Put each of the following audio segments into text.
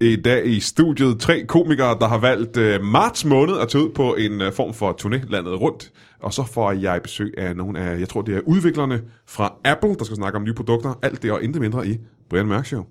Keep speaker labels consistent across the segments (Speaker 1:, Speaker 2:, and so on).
Speaker 1: I dag i studiet tre komikere, der har valgt øh, marts måned at tage ud på en øh, form for turné landet rundt. Og så får jeg besøg af nogle af, jeg tror det er udviklerne fra Apple, der skal snakke om nye produkter. Alt det og intet mindre i Brian Mørk Show.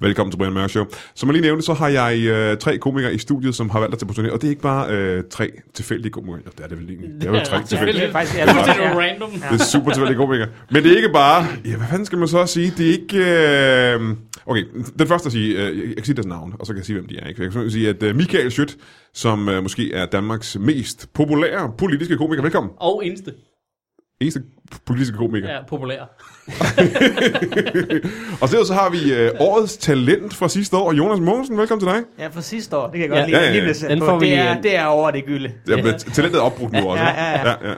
Speaker 1: Velkommen til Brian Mørk Show. Som jeg lige nævnte, så har jeg øh, tre komikere i studiet, som har valgt at tage på turné. Og det er ikke bare øh, tre tilfældige komikere. Jo, Det er det vel egentlig. Det er vel tre tilfældige.
Speaker 2: Det er faktisk
Speaker 3: Det
Speaker 2: allerede.
Speaker 3: er
Speaker 2: Ja.
Speaker 3: random.
Speaker 1: Det er super tilfældige komikere. Men det er ikke bare... Ja, hvad fanden skal man så sige? Det er ikke... Øh... Okay, den første at sige... Øh, jeg jeg kan sige deres navn, og så kan jeg sige, hvem de er. Ikke? Jeg kan sige, at øh, Michael Schødt, som øh, måske er Danmarks mest populære politiske komiker. Velkommen.
Speaker 3: Og eneste.
Speaker 1: Eneste politiske komiker. Ja.
Speaker 3: Ja, populær.
Speaker 1: Og så, så har vi øh, årets talent fra sidste år. Jonas Mogensen, velkommen til dig.
Speaker 2: ja, for sidste år. Det kan jeg
Speaker 3: Ja.
Speaker 2: godt lide.
Speaker 1: Ja, ja, ja.
Speaker 2: Lige blive sat
Speaker 4: Den
Speaker 2: på.
Speaker 4: får vi
Speaker 2: det,
Speaker 4: lige
Speaker 2: er,
Speaker 4: ind.
Speaker 2: det er over det gylde.
Speaker 1: Ja, men talentet er opbrugt nu også.
Speaker 2: Ja,
Speaker 1: ikke?
Speaker 2: ja, ja.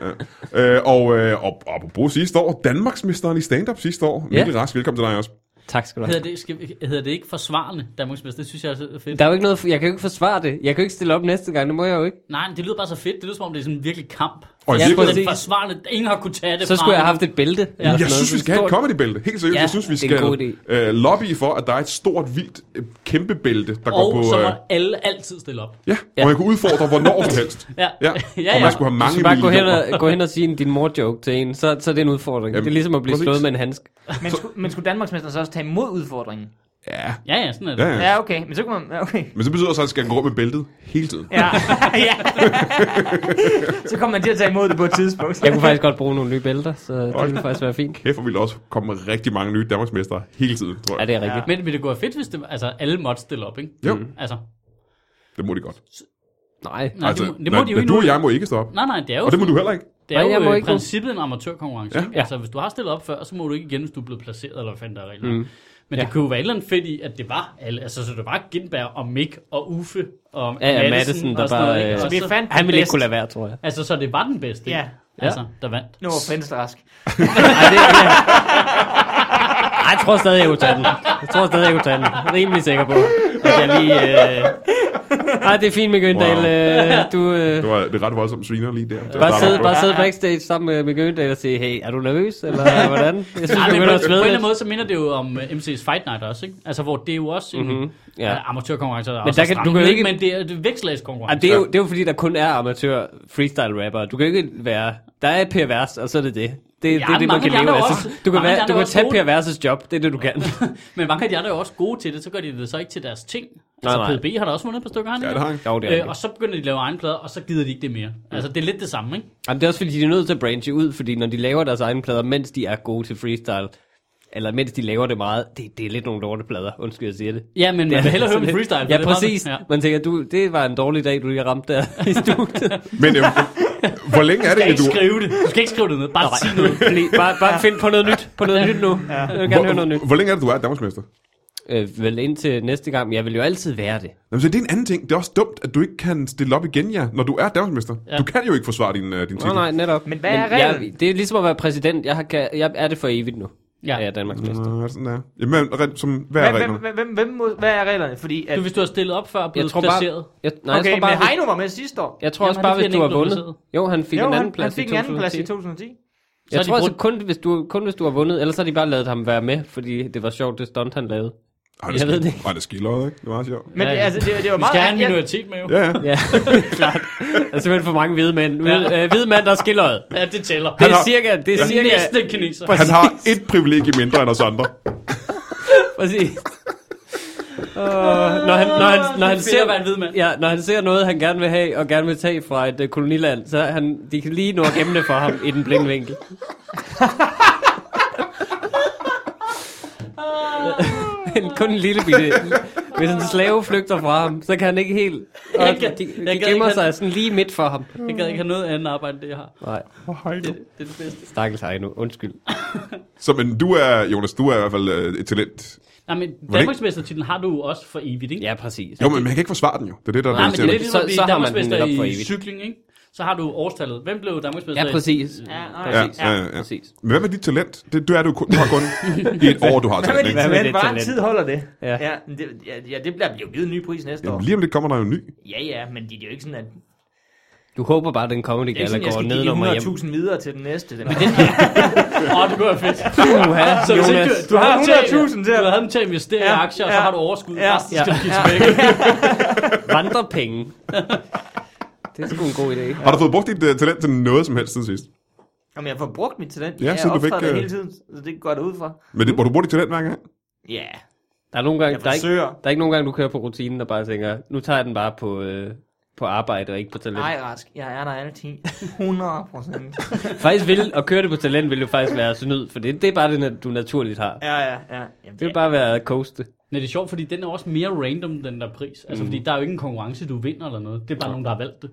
Speaker 1: ja, ja. Øh, og, øh, og, og apropos sidste år, Danmarksmesteren i stand-up sidste år,
Speaker 4: Ja.
Speaker 1: Mikkel Rask, velkommen til dig også.
Speaker 4: Tak skal du have.
Speaker 3: Hedder det, skal, vi- hedder det ikke forsvarende Danmarksmester? Det synes jeg også er fedt.
Speaker 4: Der er jo ikke noget, jeg kan jo ikke forsvare det. Jeg kan jo ikke stille op næste gang, det må jeg jo ikke.
Speaker 3: Nej, men det lyder bare så fedt. Det lyder som om, det er sådan en virkelig kamp.
Speaker 1: Og i
Speaker 3: ja,
Speaker 1: virkeligheden-
Speaker 3: det er forsvarende. Ingen har kunne tage det
Speaker 4: Så
Speaker 3: fra
Speaker 4: skulle jeg have
Speaker 3: ham.
Speaker 4: haft et bælte. eller
Speaker 3: Jeg
Speaker 4: sådan
Speaker 1: Jeg
Speaker 4: noget.
Speaker 1: synes, vi skal have et
Speaker 4: Stort-
Speaker 1: comedy-bælte. Helt seriøst,
Speaker 3: Ja,
Speaker 1: jeg synes, vi
Speaker 4: det er en
Speaker 1: skal
Speaker 4: god idé.
Speaker 1: øh, lobby for, at der er et stort, vildt, øh, kæmpe bælte, der går
Speaker 3: Og
Speaker 1: på...
Speaker 3: så
Speaker 1: Øh,
Speaker 3: må alle altid stille op.
Speaker 1: ja, ja,
Speaker 4: Ja.
Speaker 1: og man kan udfordre, hvornår som helst.
Speaker 3: Ja.
Speaker 1: ja.
Speaker 3: Ja,
Speaker 1: Og
Speaker 3: ja.
Speaker 1: man skulle have
Speaker 4: Du
Speaker 1: mange
Speaker 4: skal bare gå hen,
Speaker 1: millioner.
Speaker 4: og, gå hen og sige en din mor-joke til en, så, så er det en udfordring.
Speaker 1: Jamen,
Speaker 4: det er ligesom at blive
Speaker 1: præcis.
Speaker 4: slået med en handsk.
Speaker 2: Men, skulle, men skulle Danmarksmesteren så også tage imod udfordringen?
Speaker 1: Ja,
Speaker 3: Ja, ja, sådan er det.
Speaker 1: ja, ja.
Speaker 2: Ja, okay. Men så kunne man... ja, Okay.
Speaker 1: Men så betyder det så, at jeg skal gå rundt med bæltet hele tiden.
Speaker 2: Ja. ja. så kommer man til at tage imod det på et tidspunkt.
Speaker 4: Jeg kunne faktisk godt bruge nogle nye bælter, så det
Speaker 1: Hold
Speaker 4: ville faktisk være fint.
Speaker 1: Kæft, og vil også komme rigtig mange nye Danmarksmestre hele tiden, tror
Speaker 4: Ja,
Speaker 1: jeg.
Speaker 4: det er rigtigt.
Speaker 3: Men ville det gå fedt, hvis det, altså, alle måtte stille op, ikke?
Speaker 1: Jo,
Speaker 3: Altså,
Speaker 1: det må de godt.
Speaker 4: Nej.
Speaker 3: nej, altså, det, må, det må
Speaker 1: nej,
Speaker 3: de jo ikke
Speaker 1: du
Speaker 3: nu.
Speaker 1: og jeg må ikke stå op.
Speaker 3: Nej, nej, det er jo,
Speaker 1: Og det må du heller ikke.
Speaker 3: det er
Speaker 4: Nej, jeg må
Speaker 3: jo i
Speaker 4: ikke nu.
Speaker 3: princippet en amatørkonkurrence.
Speaker 1: Ja.
Speaker 3: Ja. Altså, hvis du har stillet op før, så må du ikke igen, hvis du er blevet placeret, eller hvad fanden der er regler.
Speaker 4: Mm.
Speaker 3: Mm. Men ja. det kunne jo være et eller andet fedt i, at det var alle. Altså, så det var Gindberg og Mick og Uffe og
Speaker 4: Ja, ja, Madsen, der
Speaker 3: og sådan
Speaker 4: bare,
Speaker 3: noget, ikke?
Speaker 4: øh,
Speaker 3: Og
Speaker 2: Så vi fandt
Speaker 4: Han ville
Speaker 2: den
Speaker 4: ikke kunne
Speaker 2: bedste.
Speaker 4: lade være, tror jeg.
Speaker 3: Altså, så det var den bedste, ikke?
Speaker 2: Ja.
Speaker 3: Altså, der vandt.
Speaker 2: Nu var Fens rask.
Speaker 4: Ej, det, Ej, jeg tror stadig, jeg kunne tage den. Jeg tror stadig, jeg kunne tage den. Rimelig sikker på, at jeg lige... Øh... Ej, det er fint med Gøndal.
Speaker 1: Wow.
Speaker 4: Øh, du, øh...
Speaker 1: Det var det er ret voldsomt sviner lige der.
Speaker 4: Bare sidde, bare sidde backstage sammen med, med Gøndal og sige, hey, er du nervøs, eller hvordan? Jeg synes,
Speaker 3: Ej,
Speaker 4: du
Speaker 3: men på,
Speaker 4: begynder at
Speaker 3: på en
Speaker 4: svede
Speaker 3: eller
Speaker 4: lidt.
Speaker 3: anden måde, så minder det jo om øh, MC's Fight Night også, ikke? Altså, hvor det er jo også en mm-hmm.
Speaker 4: Mhm, Ja.
Speaker 3: ja. amatørkonkurrence, der men
Speaker 4: der
Speaker 3: også
Speaker 4: kan-
Speaker 3: er
Speaker 4: du
Speaker 3: du kan
Speaker 4: kan jo
Speaker 3: ikke,
Speaker 4: ikke-
Speaker 3: men det er et
Speaker 4: Ej,
Speaker 3: vækslagskonkurrence.
Speaker 4: det, er jo, det er jo fordi, der kun er amatør freestyle rapper. Du kan jo ikke være... Der er Per Vers, og så er det det. Det, det er det, man
Speaker 3: mange
Speaker 4: kan
Speaker 3: af de
Speaker 4: leve af.
Speaker 3: andre
Speaker 4: Så
Speaker 3: også.
Speaker 4: Du kan,
Speaker 3: Mange af de
Speaker 4: være, du
Speaker 3: andre
Speaker 4: kan
Speaker 3: også
Speaker 4: tage
Speaker 3: gode.
Speaker 4: Per Verses job. Det er det, du kan.
Speaker 3: Men mange af de andre er jo også gode til det, så gør de det så ikke til deres ting. Altså,
Speaker 4: nej.
Speaker 3: PDB har da også vundet et par stykker, han
Speaker 1: Ja,
Speaker 3: ikke?
Speaker 1: det har han.
Speaker 4: Jo, det er
Speaker 3: Øh,
Speaker 4: det.
Speaker 3: og så begynder de at lave egen plader, og så gider de ikke det mere. Altså, det er lidt det samme, ikke?
Speaker 4: Jamen, det er også fordi, de er nødt til at branche ud, fordi når de laver deres egne plader, mens de er gode til freestyle, eller mens de laver det meget, det, det er lidt nogle dårlige plader. Undskyld, jeg siger det.
Speaker 3: Ja, men man vil hellere høre med freestyle. for
Speaker 4: Ja,
Speaker 3: det er bare-
Speaker 4: præcis.
Speaker 3: Ja.
Speaker 4: Man tænker, du, det var en dårlig dag, du lige ramte der i studiet.
Speaker 1: Men øh, hvor længe er det,
Speaker 3: Du skal
Speaker 1: at
Speaker 3: ikke
Speaker 1: du...
Speaker 3: skrive det. Du skal ikke skrive det ned. Bare sig noget.
Speaker 4: Fordi- bare, bare find på noget nyt. På noget nyt nu. Jeg vil gerne høre noget nyt.
Speaker 1: Hvor, hvor længe er det, du er Danmarksmester?
Speaker 4: Øh, vel indtil næste gang. men Jeg vil jo altid være det.
Speaker 1: Jamen, så det er en anden ting. Det er også dumt, at du ikke kan stille op igen, ja, når du er Danmarksmester. Ja.
Speaker 3: Ja.
Speaker 1: Du kan jo ikke forsvare din, øh, din
Speaker 4: Nå,
Speaker 1: titel.
Speaker 4: nej, netop.
Speaker 2: Men hvad er reglen?
Speaker 4: jeg, Det er ligesom at være præsident. Jeg, har, kan, jeg er det for evigt nu.
Speaker 3: Ja.
Speaker 4: Ja. Jeg er
Speaker 2: Mm.
Speaker 4: Danmarks mester.
Speaker 1: Nå, er det sådan der. Jamen, rent som, hvad er
Speaker 2: Hvem, hvem,
Speaker 1: reglerne?
Speaker 2: hvem, hvem, hvem, må- hvad er reglerne? Fordi at...
Speaker 3: Du, hvis du har stillet op før og
Speaker 4: Jeg
Speaker 3: blevet
Speaker 4: tror bare...
Speaker 3: placeret.
Speaker 4: Jeg, nej,
Speaker 2: Okay,
Speaker 4: jeg tror
Speaker 2: men
Speaker 4: bare... hvis-
Speaker 2: Heino var med sidste år.
Speaker 4: jeg tror
Speaker 3: Jamen,
Speaker 4: også
Speaker 3: det er
Speaker 4: bare,
Speaker 3: fordi,
Speaker 4: hvis
Speaker 3: han
Speaker 4: du har
Speaker 3: ikke blev
Speaker 4: vundet.
Speaker 3: placeret.
Speaker 4: Jo, han
Speaker 2: Jo,
Speaker 4: fik en anden
Speaker 2: han, han
Speaker 4: plads i
Speaker 2: fik en anden plads i
Speaker 4: 2010.
Speaker 2: 2010.
Speaker 3: Så
Speaker 4: Jeg
Speaker 3: er
Speaker 4: tror
Speaker 3: de
Speaker 4: også,
Speaker 3: brugt-
Speaker 4: kun hvis, du, kun hvis du har vundet, ellers har de bare lavet ham være med, fordi det var sjovt, det stunt, han lavede.
Speaker 1: Ej,
Speaker 4: Jeg ved det
Speaker 1: Ej, det skiller, ikke? Det var sjovt.
Speaker 2: Men
Speaker 3: Ja,
Speaker 2: det,
Speaker 3: ja.
Speaker 2: altså, det, det var
Speaker 3: Vi
Speaker 2: meget...
Speaker 3: skal have en
Speaker 2: jeg-
Speaker 3: minoritet med jo.
Speaker 1: Ja, ja.
Speaker 4: Ja, klart. Der er simpelthen for mange hvide mænd. Hvide, øh, hvide mand, der er skilleret.
Speaker 3: Ja, det tæller.
Speaker 4: Det er
Speaker 1: har-
Speaker 4: cirka... Det er
Speaker 3: Den
Speaker 4: cirka
Speaker 3: næste kineser.
Speaker 4: Præcis.
Speaker 1: Han har et privilegie mindre end os andre.
Speaker 4: Præcis. Uh, når han, når han, når
Speaker 3: Det er
Speaker 4: han
Speaker 3: fedt
Speaker 4: ser,
Speaker 3: at være en hvid mand.
Speaker 4: Ja, når han ser noget, han gerne vil have og gerne vil tage fra et uh, koloniland, så er han, de kan lige nå at gemme det for ham i den blinde vinkel.
Speaker 3: Ah.
Speaker 4: en, kun en lille bitte, Hvis en slave flygter fra ham, så kan han ikke helt... Og
Speaker 3: Jeg kan-
Speaker 4: de,
Speaker 3: jeg
Speaker 4: de
Speaker 3: kan
Speaker 4: gemmer
Speaker 3: ikke-
Speaker 4: sig sådan lige midt for ham.
Speaker 3: Jeg gad ikke have noget andet arbejde, end det jeg har.
Speaker 4: Nej,
Speaker 3: Det, det er det bedste.
Speaker 4: stakkels Heino, undskyld.
Speaker 1: Så men du er, Jonas, du er i hvert fald øh, et talent.
Speaker 3: Nej, men Danmarksmestertitlen har du jo også for evigt, ikke?
Speaker 4: Ja, præcis.
Speaker 1: Jo, men man kan ikke forsvare den jo. Det er det, der
Speaker 3: Nej,
Speaker 1: er
Speaker 3: men det er lidt
Speaker 1: irriterende.
Speaker 4: Så-
Speaker 3: ligesom, at blive
Speaker 4: så har man den
Speaker 3: Danmarksmester
Speaker 4: netop for
Speaker 3: i
Speaker 4: evigt.
Speaker 3: cykling, ikke? Så har du årstallet. Hvem blev Danmarksmester?
Speaker 4: Ja,
Speaker 3: i-
Speaker 4: præcis.
Speaker 2: Ja, nej.
Speaker 4: Præcis.
Speaker 1: Ja, ja, ja.
Speaker 4: præcis.
Speaker 1: Men hvad med dit talent? Det, du, er du, kun, du har kun i et år, du har
Speaker 2: Hvad
Speaker 1: talent.
Speaker 2: med dit
Speaker 1: Ikke?
Speaker 4: Hvad med
Speaker 2: talent?
Speaker 4: dit
Speaker 2: Hvor lang
Speaker 4: talent?
Speaker 2: tid holder det?
Speaker 4: Ja.
Speaker 2: Ja, men det, ja, ja, det bliver jo givet en ny pris næste år.
Speaker 1: Jamen, lige om lidt kommer der jo en ny.
Speaker 2: Ja, ja, men det er jo ikke sådan, at... Det
Speaker 4: Du håber bare, at den comedy
Speaker 2: er ikke
Speaker 4: gala
Speaker 2: sådan, jeg
Speaker 4: går
Speaker 2: skal
Speaker 4: ned nummer hjem.
Speaker 2: give 100.000 videre til den næste. Den.
Speaker 3: Åh, oh, det kunne være fedt.
Speaker 4: Uha,
Speaker 3: Så hvis ikke,
Speaker 4: Jonas.
Speaker 3: du, du har
Speaker 2: 100.000 til
Speaker 3: til
Speaker 2: at-
Speaker 3: at... Du havde dem til at investere
Speaker 2: Ja,
Speaker 3: i aktier, og så
Speaker 2: ja,
Speaker 3: har du overskud.
Speaker 2: ja,
Speaker 3: Ja, resten skal
Speaker 4: ja,
Speaker 3: du give tilbage.
Speaker 4: Vandrepenge. Det er sgu en god idé.
Speaker 1: Har du fået brugt dit uh, talent til noget som helst siden sidst?
Speaker 2: Jamen, jeg får brugt mit talent.
Speaker 1: Ja,
Speaker 2: Ja, jeg
Speaker 1: siden du fik,
Speaker 2: optræder det
Speaker 1: øh,
Speaker 2: hele tiden, så det går det ud fra.
Speaker 1: Men det, hvor du bruger dit talent hver gang?
Speaker 2: Ja,
Speaker 4: Der er, nogle gange,
Speaker 2: jeg
Speaker 4: der, er ikke,
Speaker 2: forsøger.
Speaker 4: der er ikke nogen gange, du kører på rutinen, der bare tænker, nu tager jeg den bare på, øh, på arbejde og ikke på talent.
Speaker 2: Nej, Rask, jeg er der altid. 100 procent.
Speaker 4: Faktisk vil, at køre det på talent, vil jo faktisk være snyd, for det, det er bare det, na- du naturligt har.
Speaker 2: Ja, ja, ja. Jamen,
Speaker 4: Det vil bare være at coaste.
Speaker 3: Men det er sjovt, fordi den er også mere random, den der pris. Altså, fordi der er jo ikke en konkurrence, du vinder eller noget. Det er bare nogen, der har valgt det.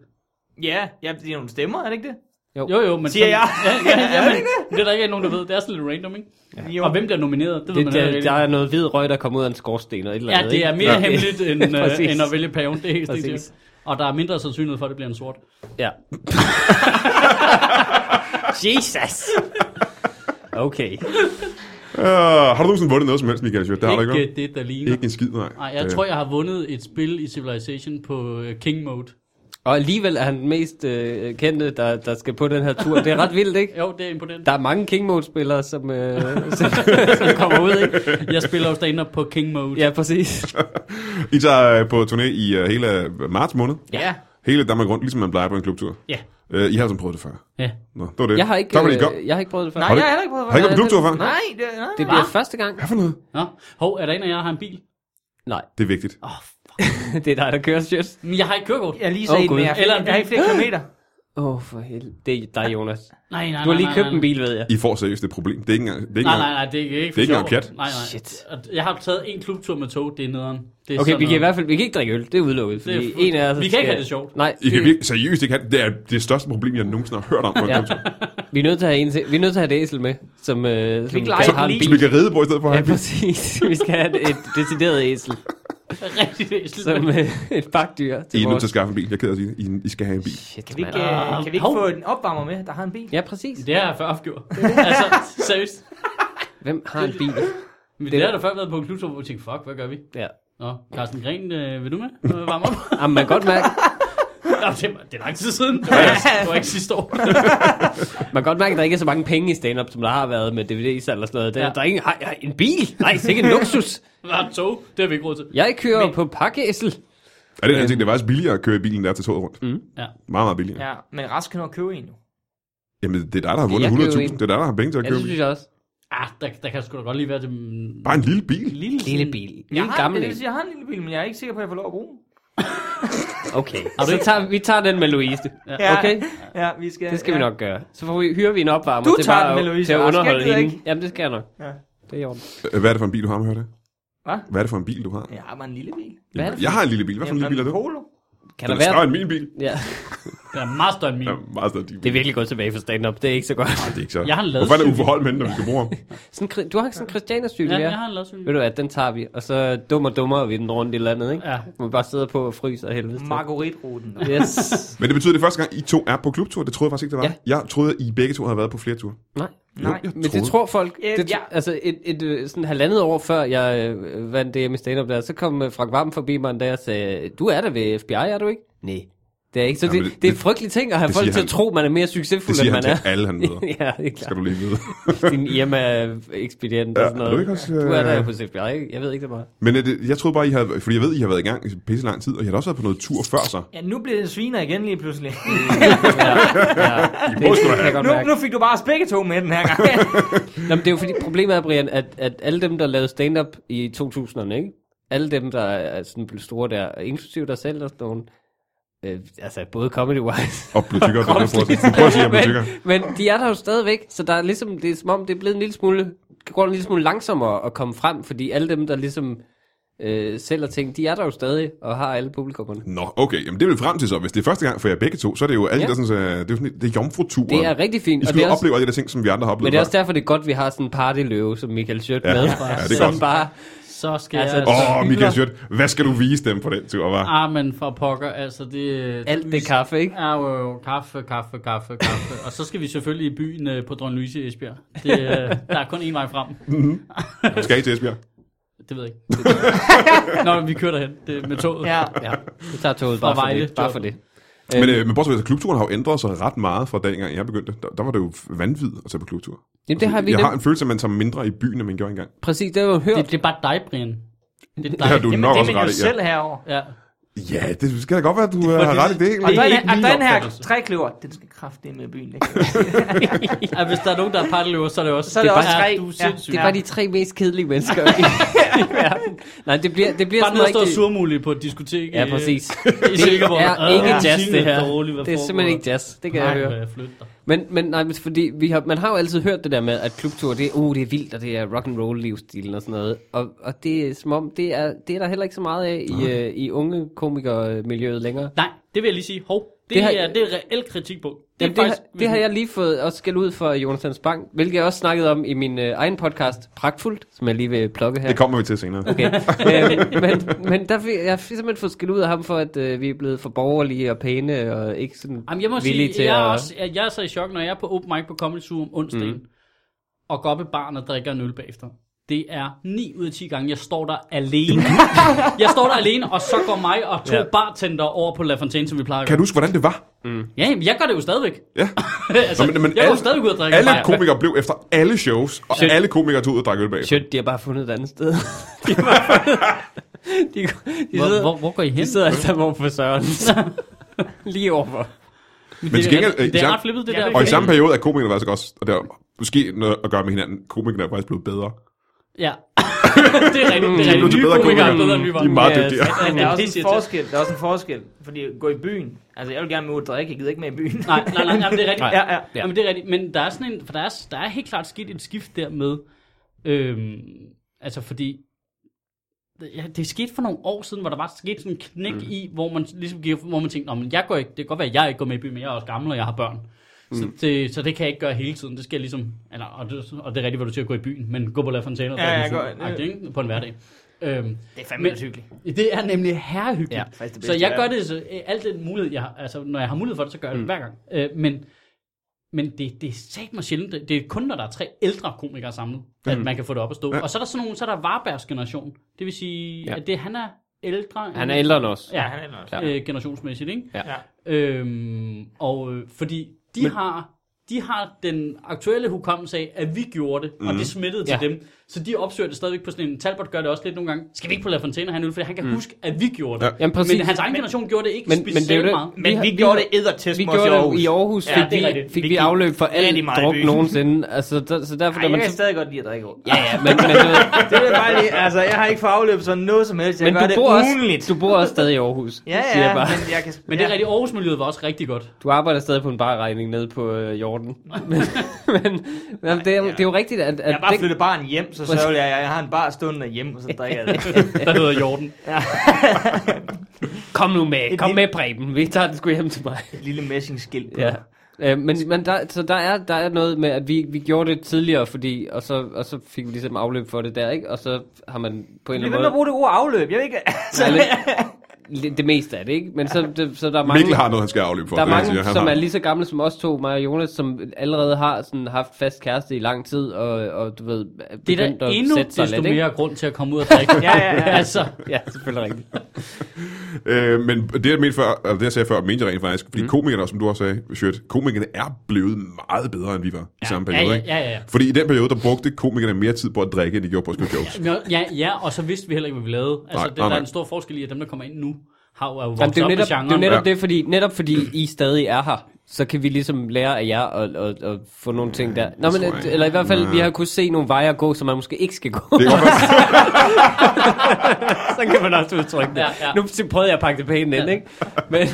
Speaker 2: Ja, ja, det er nogle stemmer, er det ikke det?
Speaker 3: Jo, jo, men...
Speaker 2: Siger
Speaker 3: sådan-
Speaker 2: jeg.
Speaker 3: Ja, ja, ja, men det er der ikke nogen, der ved. Det er sådan lidt random, ikke?
Speaker 2: Jo.
Speaker 3: Og hvem bliver nomineret, det ved
Speaker 4: Det,
Speaker 3: man heller
Speaker 4: der,
Speaker 3: ikke.
Speaker 4: der er noget hvid røg, der kommer ud af en skorsten og et eller
Speaker 3: Ja,
Speaker 4: andet.
Speaker 3: det er
Speaker 4: ikke?
Speaker 3: mere ja. hemmeligt end,
Speaker 4: Præcis.
Speaker 3: øh, end at vælge paven. Det er helt
Speaker 4: Præcis.
Speaker 3: sikkert. Og der er mindre sandsynlighed for, at det bliver en sort.
Speaker 4: Ja. Jesus! Okay.
Speaker 1: Uh, har du nogensinde vundet noget som helst, Michael Schødt? Det har du ikke,
Speaker 3: ikke
Speaker 1: ikke,
Speaker 3: det, der ligner.
Speaker 1: ikke en skid, nej.
Speaker 3: Nej, jeg
Speaker 1: Øh,
Speaker 3: tror, jeg har vundet et spil i Civilization på øh, King Mode.
Speaker 4: Og alligevel er han den mest øh, kendte, der, der skal på den her tur. Det er ret vildt, ikke?
Speaker 3: Jo, det er imponerende.
Speaker 4: Der er mange King Mode-spillere, som, øh, som, som kommer ud, ikke?
Speaker 3: Jeg spiller jo stand-up på King Mode.
Speaker 4: Ja, præcis.
Speaker 1: I tager øh, på turné i øh, hele øh, marts måned.
Speaker 2: Ja.
Speaker 1: Hele Danmark rundt, ligesom man plejer på en klubtur.
Speaker 3: Ja.
Speaker 1: Uh, I har sådan prøvet det før.
Speaker 3: ja.
Speaker 1: Nå, det var det.
Speaker 4: Jeg har ikke,
Speaker 1: Tak, fordi I kom.
Speaker 4: øh, jeg har ikke prøvet det før.
Speaker 2: Nej,
Speaker 1: Har du
Speaker 2: jeg
Speaker 1: ikke-
Speaker 2: har heller ikke prøvet
Speaker 1: Har I ikke været på klubtur før?
Speaker 2: Nej, det, nej,
Speaker 4: Det bliver første gang.
Speaker 1: Hvad for noget?
Speaker 3: Nå. Hov, er der en af jer, der har en bil?
Speaker 4: Nej,
Speaker 1: Det er vigtigt.
Speaker 3: Åh, oh, fuck.
Speaker 4: det er dig, der kører shit.
Speaker 3: Men jeg har ikke kørekort.
Speaker 2: Jeg har lige
Speaker 4: Åh,
Speaker 2: set oh,
Speaker 4: Gud.
Speaker 2: men jeg,
Speaker 3: Eller
Speaker 2: har- jeg har ikke flere kilometer.
Speaker 4: Åh, oh, for helvede. Det er dig, Jonas.
Speaker 3: Nej, nej, nej.
Speaker 4: Du har lige
Speaker 3: nej,
Speaker 4: købt
Speaker 3: nej,
Speaker 4: en bil, ved jeg.
Speaker 1: I får seriøst et problem. Det er ikke engang... Det er ikke
Speaker 3: Nej, nej,
Speaker 1: engang-
Speaker 3: nej, det er ikke, ikke
Speaker 1: Det er ikke
Speaker 3: for
Speaker 1: engang
Speaker 3: sjov.
Speaker 1: pjat.
Speaker 3: Nej, nej.
Speaker 4: Shit.
Speaker 3: Og Jeg har taget en klubtur med tog, det er nederen. Det er
Speaker 4: Okay,
Speaker 3: sådan
Speaker 4: vi kan i
Speaker 3: noget.
Speaker 4: hvert fald vi kan ikke drikke øl. Det er udelukket, fordi
Speaker 3: Det er
Speaker 4: en af os...
Speaker 3: Vi kan
Speaker 4: skal-
Speaker 3: ikke have det sjovt.
Speaker 4: Nej,
Speaker 1: I kan
Speaker 4: vi,
Speaker 1: virkelig, seriøst ikke have, det er det største problem, jeg nogensinde har hørt om på en
Speaker 4: Ja.
Speaker 1: klubtur.
Speaker 4: vi, er nødt til at have en til, vi er nødt til at have et æsel med, som, øh, som
Speaker 2: ikke lege
Speaker 4: har en
Speaker 2: et
Speaker 1: Som vi
Speaker 4: bil.
Speaker 1: kan ride på i stedet for at
Speaker 4: Ja,
Speaker 1: have en bil.
Speaker 4: præcis. Vi skal have et, et decideret æsel,
Speaker 3: Rigtig væsentligt.
Speaker 4: som øh, et bakdyr
Speaker 1: I er
Speaker 4: til
Speaker 1: nødt
Speaker 4: vores...
Speaker 1: til at skaffe en bil. Jeg er ked af at sige det. I, I skal have en bil.
Speaker 4: Shit,
Speaker 2: Kan vi ikke,
Speaker 5: Ah.
Speaker 4: mand.
Speaker 2: øh, kan vi ikke
Speaker 3: Hov.
Speaker 2: få en opvarmer med, der har en bil?
Speaker 4: øh, Ja, præcis.
Speaker 3: Det har jeg før opgjort. altså, seriøst.
Speaker 4: Hvem har en bil?
Speaker 3: Men
Speaker 4: Det-
Speaker 3: det har der før været på en klubtur, hvor vi tænkte, fuck, hvad gør vi?
Speaker 4: Ja.
Speaker 3: Nå, Carsten Gren, øh, vil du med? Øh, varme op?
Speaker 4: Jamen, man kan godt mærke,
Speaker 3: Nå, det, var, det er lang tid siden. Det var, ikke- det var ikke sidste år.
Speaker 4: man kan godt mærke, at der ikke er så mange penge i stand-up, som der har været med DVD-salg og sådan noget. Der,
Speaker 3: Ja.
Speaker 4: ja. der er ingen, har jeg en bil? Nej, sikke en luksus.
Speaker 3: Det var et tog. Det har vi ikke råd til.
Speaker 4: Jeg kører Men... på pakkeæsel.
Speaker 1: Er det en anden ting? Det er faktisk billigere at køre i bilen, der er til toget rundt. Mm.
Speaker 3: Ja.
Speaker 1: Meget, meget billigere.
Speaker 2: Ja, men Rask kan nok købe en nu.
Speaker 1: Jamen, det er dig, der har vundet
Speaker 4: Jeg køber
Speaker 1: 100.000.
Speaker 4: en.
Speaker 1: Det er dig, der har penge til at
Speaker 4: Ja,
Speaker 1: købe
Speaker 4: det
Speaker 1: en
Speaker 4: synes
Speaker 1: bil.
Speaker 4: jeg også.
Speaker 3: Ah, der, der kan sgu da godt lige være det... mm,
Speaker 1: Bare en lille bil.
Speaker 3: Lille,
Speaker 4: Lille bil.
Speaker 2: Jeg
Speaker 4: Lille
Speaker 2: har,
Speaker 4: gammel
Speaker 2: det vil
Speaker 4: en.
Speaker 2: sige, jeg har en lille bil, men jeg er ikke sikker på, at jeg får lov at bruge den.
Speaker 4: Okay, så tager, vi tager den med Louise.
Speaker 2: Ja,
Speaker 4: Okay,
Speaker 2: Ja, vi skal...
Speaker 4: det skal
Speaker 2: ja.
Speaker 4: vi nok gøre. Så får vi, hyrer vi en opvarmer
Speaker 2: Du
Speaker 4: til,
Speaker 2: tager
Speaker 4: bare
Speaker 2: den med
Speaker 4: at-
Speaker 2: Louise
Speaker 4: til at
Speaker 2: Rask, jeg
Speaker 4: underholde
Speaker 2: gider
Speaker 4: hende.
Speaker 2: ikke.
Speaker 4: Jamen, det skal jeg nok.
Speaker 2: Ja.
Speaker 4: Det er i orden.
Speaker 1: Hvad er det for en bil, du har med hørte?
Speaker 2: Hvad?
Speaker 1: Hvad er det for en bil, du har?
Speaker 2: Jeg har bare en lille bil.
Speaker 4: Hvad er det for-
Speaker 1: Jeg har en lille bil. Hvad for en lille bil er det?
Speaker 2: Polo.
Speaker 4: Kan
Speaker 1: Den
Speaker 4: der
Speaker 1: er
Speaker 4: være...
Speaker 1: større end min bil.
Speaker 4: Ja.
Speaker 3: Det er meget større end min.
Speaker 1: Ja, meget større end din
Speaker 4: Det
Speaker 1: bil.
Speaker 4: er virkelig godt tilbage for stand-up. Det er ikke så godt.
Speaker 1: Det er ikke så.
Speaker 3: Jeg har en
Speaker 1: Hvorfor er det
Speaker 3: ladcykel.
Speaker 1: uforholdt med, når vi skal bruge ham?
Speaker 4: Sådan, kri- du har sådan en Christianer-cykel,
Speaker 3: Ja,
Speaker 4: ja?
Speaker 3: jeg har en ladcykel.
Speaker 4: Ved du hvad, den tager vi. Og så dum og dummere vi den rundt i landet, ikke?
Speaker 3: Ja.
Speaker 4: Må vi bare sidde på og fryse og helvede. til.
Speaker 2: Marguerite-ruten.
Speaker 4: Yes.
Speaker 1: Men det betyder, at det er første gang, I to er på klubtur. Det troede jeg faktisk ikke, det var.
Speaker 4: Ja.
Speaker 1: Jeg troede, at I begge to havde været på flere ture.
Speaker 4: Nej.
Speaker 1: Jo,
Speaker 2: Nej.
Speaker 1: jeg
Speaker 4: Men det
Speaker 1: troede-
Speaker 4: tror folk.
Speaker 2: Ja,
Speaker 4: Det,
Speaker 2: ja.
Speaker 4: Altså et, et øh, sådan halvandet år før jeg øh, vandt DM i stand-up der, så kom øh, Frank Vam forbi mig en dag og sagde, du er der ved FBI, er du ikke? Nej. Det er ikke. Så
Speaker 1: Jamen,
Speaker 4: det,
Speaker 1: det-
Speaker 4: det, det er en frygtelig ting at have
Speaker 1: det
Speaker 4: folk
Speaker 1: siger
Speaker 4: til
Speaker 1: han-
Speaker 4: at tro, man er mere
Speaker 1: Det
Speaker 4: succesfuld,
Speaker 1: siger
Speaker 4: end
Speaker 1: han
Speaker 4: man
Speaker 1: til
Speaker 4: er.
Speaker 1: alle, han møder.
Speaker 4: ja, det er
Speaker 1: Skal
Speaker 4: klart.
Speaker 1: du lige vide.
Speaker 4: Din Irma-ekspedient
Speaker 1: Ja,
Speaker 4: og
Speaker 1: er
Speaker 4: sådan noget.
Speaker 1: du ikke også,
Speaker 4: du er der
Speaker 1: øh,
Speaker 4: jo på FBI, ikke? Jeg ved ikke så meget.
Speaker 1: Men er det, jeg troede bare, I havde, fordi jeg ved, I har været i gang i pisse lang tid, og I har da også været på noget tur før så.
Speaker 2: Ja, nu bliver det sviner igen lige pludselig.
Speaker 1: I må sgu da
Speaker 4: kan jeg
Speaker 1: have.
Speaker 4: godt
Speaker 2: Nu,
Speaker 4: mærke.
Speaker 2: nu fik du bare os begge to med den her gang.
Speaker 4: Nå, men det er jo fordi, problemet er, Brian, at, at alle dem, der lavede stand-up i 2000'erne, ikke? Alle dem, der er sådan blev store der, og inklusive dig selv og sådan nogen, øh, altså både comedy-wise.
Speaker 1: Og blev tykkere, det er det, jeg prøver at sige. Du prøver at sige, at jeg blev tykkere.
Speaker 4: men, men de er der jo stadigvæk, så der er ligesom, det er som om, det er blevet en lille smule, det går en lille smule langsommere at komme frem, fordi alle dem, der ligesom øh, sælger ting, de er der jo stadig og har alle publikummerne.
Speaker 1: Nå, okay. Jamen, det vil frem til så. Hvis det er første gang for jer begge to, så er det jo alle ja.
Speaker 4: Ja.
Speaker 1: der sådan, så, øh, det er jo sådan, det er jomfruturen.
Speaker 4: Det er rigtig
Speaker 1: I
Speaker 4: fint. og
Speaker 1: skal
Speaker 4: det
Speaker 1: jo
Speaker 4: er også,
Speaker 1: opleve alle de der ting, som vi andre har oplevet
Speaker 4: men det er også
Speaker 1: før.
Speaker 4: derfor, det er godt, vi har sådan en partyløve, som Michael Schødt
Speaker 1: Ja.
Speaker 4: med.
Speaker 1: Ja, det er
Speaker 4: som
Speaker 1: godt.
Speaker 4: bare,
Speaker 3: Så skal
Speaker 4: Altså,
Speaker 3: altså, jeg...
Speaker 1: Åh,
Speaker 3: Altså,
Speaker 1: oh, Michael Schødt, hvad skal du vise dem på den tur, var?
Speaker 3: Armen fra pokker, altså det...
Speaker 4: alt det kaffe, ikke?
Speaker 3: Ja, jo, jo, kaffe, kaffe, kaffe, kaffe. Og så skal vi selvfølgelig i byen øh, på Dronning Louise i Esbjerg. Det, øh, der er kun én vej frem.
Speaker 1: Skal I til Esbjerg?
Speaker 4: Øhm.
Speaker 3: Det ved jeg ikke. Nå, men vi kører derhen det, med toget.
Speaker 2: Ja.
Speaker 4: Ja, vi tager toget bare
Speaker 3: Fra
Speaker 4: for
Speaker 3: Vejle,
Speaker 4: det. Bare
Speaker 3: jo.
Speaker 4: for det.
Speaker 1: Men, øh, men bortset fra, at klubturen har jo ændret sig ret meget fra dengang jeg begyndte. Der, der var det jo vanvid at tage på klubtur. Altså,
Speaker 4: Jamen, det har vi
Speaker 1: jeg har
Speaker 4: nemt.
Speaker 1: en følelse, at man tager mindre i byen, end man gjorde engang.
Speaker 4: Øhm, Præcis, det har vi jo hørt.
Speaker 3: Det, det er bare dig, Brian. Det er dig.
Speaker 1: Det har du
Speaker 2: Jamen,
Speaker 1: nok
Speaker 2: det er
Speaker 1: også
Speaker 2: man jo
Speaker 1: ret i. Ja.
Speaker 2: selv herover.
Speaker 3: Ja.
Speaker 1: ja, det skal da godt være, at du øh, har ret i det.
Speaker 2: Og
Speaker 1: Ikke?
Speaker 3: Det
Speaker 2: den,
Speaker 3: er ikke
Speaker 2: her- og
Speaker 3: min
Speaker 2: den her
Speaker 3: opfattelse.
Speaker 2: trækløver, den skal kraftigt med i byen. Ikke?
Speaker 3: ja. hvis der er nogen, der er parteløver, så er det også...
Speaker 2: Så er det også
Speaker 3: bare,
Speaker 2: tre.
Speaker 3: Du er
Speaker 2: Ja.
Speaker 3: sindssyg.
Speaker 4: Det
Speaker 3: Ja.
Speaker 4: er
Speaker 2: Ja.
Speaker 4: bare de tre mest kedelige mennesker i i verden. Nej, det bliver, det bliver
Speaker 3: Bare
Speaker 4: sådan
Speaker 3: ned og stå
Speaker 4: rigtig...
Speaker 3: surmulig på et diskotek.
Speaker 4: Ja,
Speaker 3: øh,
Speaker 4: præcis.
Speaker 3: I Silkeborg.
Speaker 4: er
Speaker 3: Ah,
Speaker 4: ikke jazz,
Speaker 3: musikken
Speaker 4: det her.
Speaker 3: Dårlig, hvad
Speaker 4: Det er
Speaker 3: foregår
Speaker 4: simpelthen
Speaker 3: der?
Speaker 4: ikke jazz, det kan jeg
Speaker 3: Nej, øh,
Speaker 4: høre.
Speaker 3: hvor jeg flytter.
Speaker 4: Men, men nej, men fordi vi har, man har jo altid hørt det der med, at klubtur, det, er, uh, det er vildt, og det er rock and roll livsstilen og sådan noget. Og, og det er som om, det er, det er der heller ikke så meget af i, øh, i unge komikermiljøet længere.
Speaker 3: Nej, det vil jeg lige sige. Hov, det,
Speaker 4: Det
Speaker 3: det,
Speaker 4: har-
Speaker 3: har, er, det er reel kritik på.
Speaker 4: Det, Jamen, det, har, det har jeg lige fået også skæld ud for Jonas Hans Bang, hvilket jeg også snakkede om i min øh, egen podcast, Pragtfuldt, som jeg lige vil plukke her.
Speaker 1: Det kommer vi til senere.
Speaker 4: Okay. øhm, men, men der fik, jeg har simpelthen fået skæld ud af ham for, at øh, vi er blevet for borgerlige og pæne og ikke sådan
Speaker 3: Jamen, jeg må
Speaker 4: villige
Speaker 3: sige,
Speaker 4: til
Speaker 3: jeg, er
Speaker 4: at...
Speaker 3: også, jeg, jeg er så i chok, når jeg er på open mic på Comedy Zoo om onsdagen, mm.
Speaker 4: Mhm.
Speaker 3: og går op i baren og drikker en øl bagefter. Det er 9 ud af 10 gange, jeg står der alene. jeg står der alene, og så går mig og to
Speaker 4: Ja.
Speaker 3: ja. bartender over på La Fontaine, som vi plejer at
Speaker 1: Kan
Speaker 3: gøre.
Speaker 1: du huske, hvordan det var?
Speaker 3: Ja, jamen, jeg gør det jo stadigvæk.
Speaker 1: Ja.
Speaker 3: altså,
Speaker 1: Nå, men- men
Speaker 3: jeg går
Speaker 1: alle-
Speaker 3: jo stadig ud og drikker
Speaker 1: Alle
Speaker 3: bajer.
Speaker 1: komikere blev efter alle shows, og
Speaker 4: Shit.
Speaker 1: alle komikere tog ud og drak øl bag.
Speaker 4: Shit, de har bare fundet et andet sted. de har bare fundet... De, de,
Speaker 3: Hvor, hvor,
Speaker 4: sidder,
Speaker 3: hvor går I hen?
Speaker 4: de sidder altså over for Søren. lige overfor.
Speaker 1: Men til gengæld,
Speaker 3: det, det
Speaker 1: i
Speaker 3: er
Speaker 1: sam-
Speaker 3: ret flippet, det der.
Speaker 1: Og i samme periode er komikerne faktisk også, og det er måske noget at gøre med hinanden, komikerne er faktisk blevet bedre.
Speaker 3: Ja. det er rigtigt. Det er
Speaker 1: blevet
Speaker 3: rigtigt.
Speaker 1: til
Speaker 3: Nye
Speaker 1: bedre
Speaker 3: komikere er
Speaker 1: komikere.
Speaker 3: bedre, end vi var.
Speaker 1: De er meget
Speaker 4: Ja,
Speaker 1: dygtigere.
Speaker 2: Men der er også en
Speaker 3: pisseirriterende.
Speaker 2: forskel. Der er også en forskel. Fordi at gå i byen. Altså, jeg vil gerne med ud og drikke. Jeg gider ikke med i byen.
Speaker 3: nej, nej, nej, nej, men det er rigtigt.
Speaker 2: Ja, ja.
Speaker 3: Ja. Jamen, det er rigtigt, men der er sådan en, for der er, der er helt klart sket et skift der med, øhm, altså fordi, ja, det skete for nogle år siden, hvor der var sket sådan en knæk mm. i, hvor man ligesom gik, hvor man tænkte, "Nå, men jeg går ikke, det kan godt være, at jeg ikke går med i byen, men jeg er også gammel, og jeg har børn. Mm. Så, det, så det kan jeg ikke gøre hele tiden. Det skal jeg ligesom, eller, og, det, og det er rigtigt, hvor du siger at gå i byen, men gå på La Fontaine og
Speaker 2: Ja,
Speaker 3: drikke
Speaker 2: ja,
Speaker 3: en
Speaker 2: gå-
Speaker 3: fuld- agtigt, ikke? på en hverdag. Øhm,
Speaker 2: Det er fandme
Speaker 3: Men-
Speaker 2: lidt hyggeligt.
Speaker 3: det er nemlig herrehyggeligt.
Speaker 2: Ja, faktisk det bedste
Speaker 3: så jeg
Speaker 2: i
Speaker 3: gør
Speaker 2: verden.
Speaker 3: det, så, øh, alt den mulighed, jeg har, altså når jeg har mulighed for det, så
Speaker 4: Mm.
Speaker 3: gør jeg det hver gang. Øh, men men det, det er sagt mig sjældent, det, det er kun når der er tre ældre komikere samlet,
Speaker 4: Mm.
Speaker 3: at man kan få det op at stå.
Speaker 1: Ja.
Speaker 3: Og så er der sådan nogen, så er der Varbergs generation, det vil sige,
Speaker 4: Ja.
Speaker 3: ja. at det, han er ældre. end-
Speaker 4: Han er ældre end os.
Speaker 2: Ja,
Speaker 3: Ja,
Speaker 2: han er nok.
Speaker 4: Ja.
Speaker 3: øh, generationsmæssigt, ikke?
Speaker 4: Ja.
Speaker 2: Ja.
Speaker 3: Øhm, og øh, fordi de
Speaker 1: Men-
Speaker 3: men... har de har den aktuelle hukommelse af, at vi gjorde det, mm. og
Speaker 1: Mhm.
Speaker 3: det smittede til
Speaker 4: Ja.
Speaker 3: dem. Så de opsøger det stadigvæk på sådan en... Talbot gør det også lidt nogle gange. Skal vi ikke på La Fontaine og have en øl? Fordi han kan mm. huske, at vi gjorde det.
Speaker 1: Mhm. Ja.
Speaker 4: Jamen, præcis.
Speaker 3: Men hans egen generation gjorde det ikke
Speaker 4: Men-
Speaker 3: men,
Speaker 4: men det er
Speaker 3: specielt
Speaker 4: jo det-
Speaker 3: meget.
Speaker 4: Vi
Speaker 2: Men
Speaker 4: har-
Speaker 2: vi,
Speaker 4: vi
Speaker 2: gjorde
Speaker 4: har-
Speaker 2: det eddertest
Speaker 4: Vi
Speaker 2: også
Speaker 4: gjorde det jo i Aarhus,
Speaker 2: Ja,
Speaker 4: fik,
Speaker 2: det er
Speaker 4: ja, vi,
Speaker 2: rigtigt.
Speaker 4: fik
Speaker 2: Vi
Speaker 4: vi
Speaker 2: gik
Speaker 4: afløb for alt
Speaker 2: rigtig meget i
Speaker 4: druk
Speaker 2: byen.
Speaker 4: nogensinde. Altså, der, så derfor,
Speaker 2: Ej,
Speaker 4: da
Speaker 2: jeg
Speaker 4: man...
Speaker 2: kan
Speaker 4: så-
Speaker 2: stadig godt lide at drikke over.
Speaker 4: Ja, ja, men, men, du ved-
Speaker 2: Det vil jeg bare lige, altså jeg har ikke fået afløb sådan noget som helst. Jeg
Speaker 4: men
Speaker 2: gør
Speaker 4: du,
Speaker 2: det
Speaker 4: bor
Speaker 2: ugenligt.
Speaker 4: også, du bor også stadig i Aarhus,
Speaker 2: Ja,
Speaker 4: siger
Speaker 2: ja,
Speaker 4: jeg bare.
Speaker 2: men jeg kan...
Speaker 3: Men det er
Speaker 2: ja.
Speaker 3: rigtigt, Aarhus-miljøet var også rigtig godt.
Speaker 4: Du arbejder stadig på en barregning nede på øh, Jorden. Men, men jamen, det, er, det er jo rigtigt, at... at
Speaker 2: Jeg har bare
Speaker 4: det-
Speaker 2: flyttet baren hjem, så sørger jeg, jeg har en bar stående derhjemme, og så drikker jeg det.
Speaker 3: Der hedder Jordan.
Speaker 4: Kom nu med,
Speaker 2: Et
Speaker 4: kom
Speaker 2: lille-
Speaker 4: med Preben, vi tager den sgu hjem til mig.
Speaker 2: Et lille messingskilt på.
Speaker 4: Ja. Øh, men men der, så der er, der er noget med, at vi, vi gjorde det tidligere, fordi, og, så, og så fik vi ligesom afløb for det der, ikke? Og så har man på en
Speaker 2: Bliv ved
Speaker 4: eller
Speaker 2: med at
Speaker 4: anden måde...
Speaker 2: bruge det ord afløb. Jeg ved ikke... Altså,
Speaker 4: Ja, lidt- lidt- det meste af det, ikke? Men så, det, så der er mange...
Speaker 1: Mikkel har noget, han skal afløbe for.
Speaker 4: Der er
Speaker 1: det vil jeg
Speaker 4: mange,
Speaker 1: sige, han
Speaker 4: som
Speaker 1: har.
Speaker 4: er lige så gamle som os to, mig og Jonas, som allerede har sådan haft fast kæreste i lang tid, og, og du ved,
Speaker 3: Det er
Speaker 4: begyndt
Speaker 3: da
Speaker 4: at
Speaker 3: endnu
Speaker 4: sætte sig
Speaker 3: desto
Speaker 4: lidt, ikke?
Speaker 3: mere grund til at komme ud og drikke.
Speaker 2: Ja, ja, ja.
Speaker 3: Altså,
Speaker 4: Ja, selvfølgelig rigtigt.
Speaker 1: Øh, men det, jeg mente før, altså det, jeg sagde før, mente jeg rent faktisk. Fordi mm. komikerne, som du også sagde, Shirt, komikerne er blevet meget bedre, end vi var i samme periode.
Speaker 3: ja,
Speaker 1: ikke?
Speaker 3: ja, ja, ja.
Speaker 1: Fordi i den periode, der brugte komikerne mere tid på at drikke, end de gjorde på at skrive jokes.
Speaker 3: Nå, ja, ja, og så vidste vi heller ikke, hvad vi lavede. Altså,
Speaker 1: Nej,
Speaker 3: det,
Speaker 1: nej,
Speaker 3: der
Speaker 1: nej.
Speaker 3: er en stor forskel i, at dem, der kommer ind nu, har jo er jo
Speaker 4: Jamen,
Speaker 3: vokset
Speaker 4: det er jo
Speaker 3: op
Speaker 4: netop,
Speaker 3: med
Speaker 4: det, er jo
Speaker 3: genren.
Speaker 4: netop det, fordi, netop fordi I stadig er her, så kan vi ligesom lære af jer og, og, og få nogle ting der. Nå, men,
Speaker 1: tror jeg ikke.
Speaker 4: eller i hvert fald,
Speaker 1: Nej.
Speaker 4: vi har kunnet se nogle veje at gå, som man måske ikke skal gå.
Speaker 1: Det er godt være-
Speaker 4: Sådan kan man også udtrykke det.
Speaker 3: Ja, ja.
Speaker 4: Nu prøvede jeg at pakke det pænt ind,
Speaker 3: Ja.
Speaker 4: ikke? Men,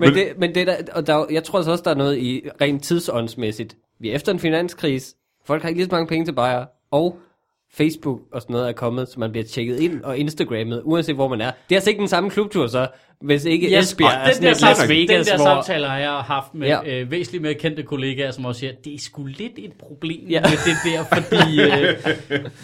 Speaker 4: men, det, men det der, og der, er jo- jeg tror altså også, der er noget i rent tidsåndsmæssigt. Vi er efter en finanskrise. Folk har ikke lige så mange penge til bajer. Og Facebook og sådan noget er kommet, så man bliver tjekket ind og Instagrammet, uanset hvor man er. Det er altså ikke den samme klubtur så, hvis ikke
Speaker 3: Ja,
Speaker 4: Esbjerg altså,
Speaker 3: og
Speaker 4: er
Speaker 3: den der,
Speaker 4: sådan et Las
Speaker 3: sam- den
Speaker 4: Vegas,
Speaker 3: der
Speaker 4: hvor...
Speaker 3: samtale har jeg haft med
Speaker 4: Ja.
Speaker 3: ja. øh, væsentligt mere kendte kollegaer, som også siger, det er sgu lidt et problem
Speaker 4: Ja.
Speaker 3: ja. med det der, fordi øh,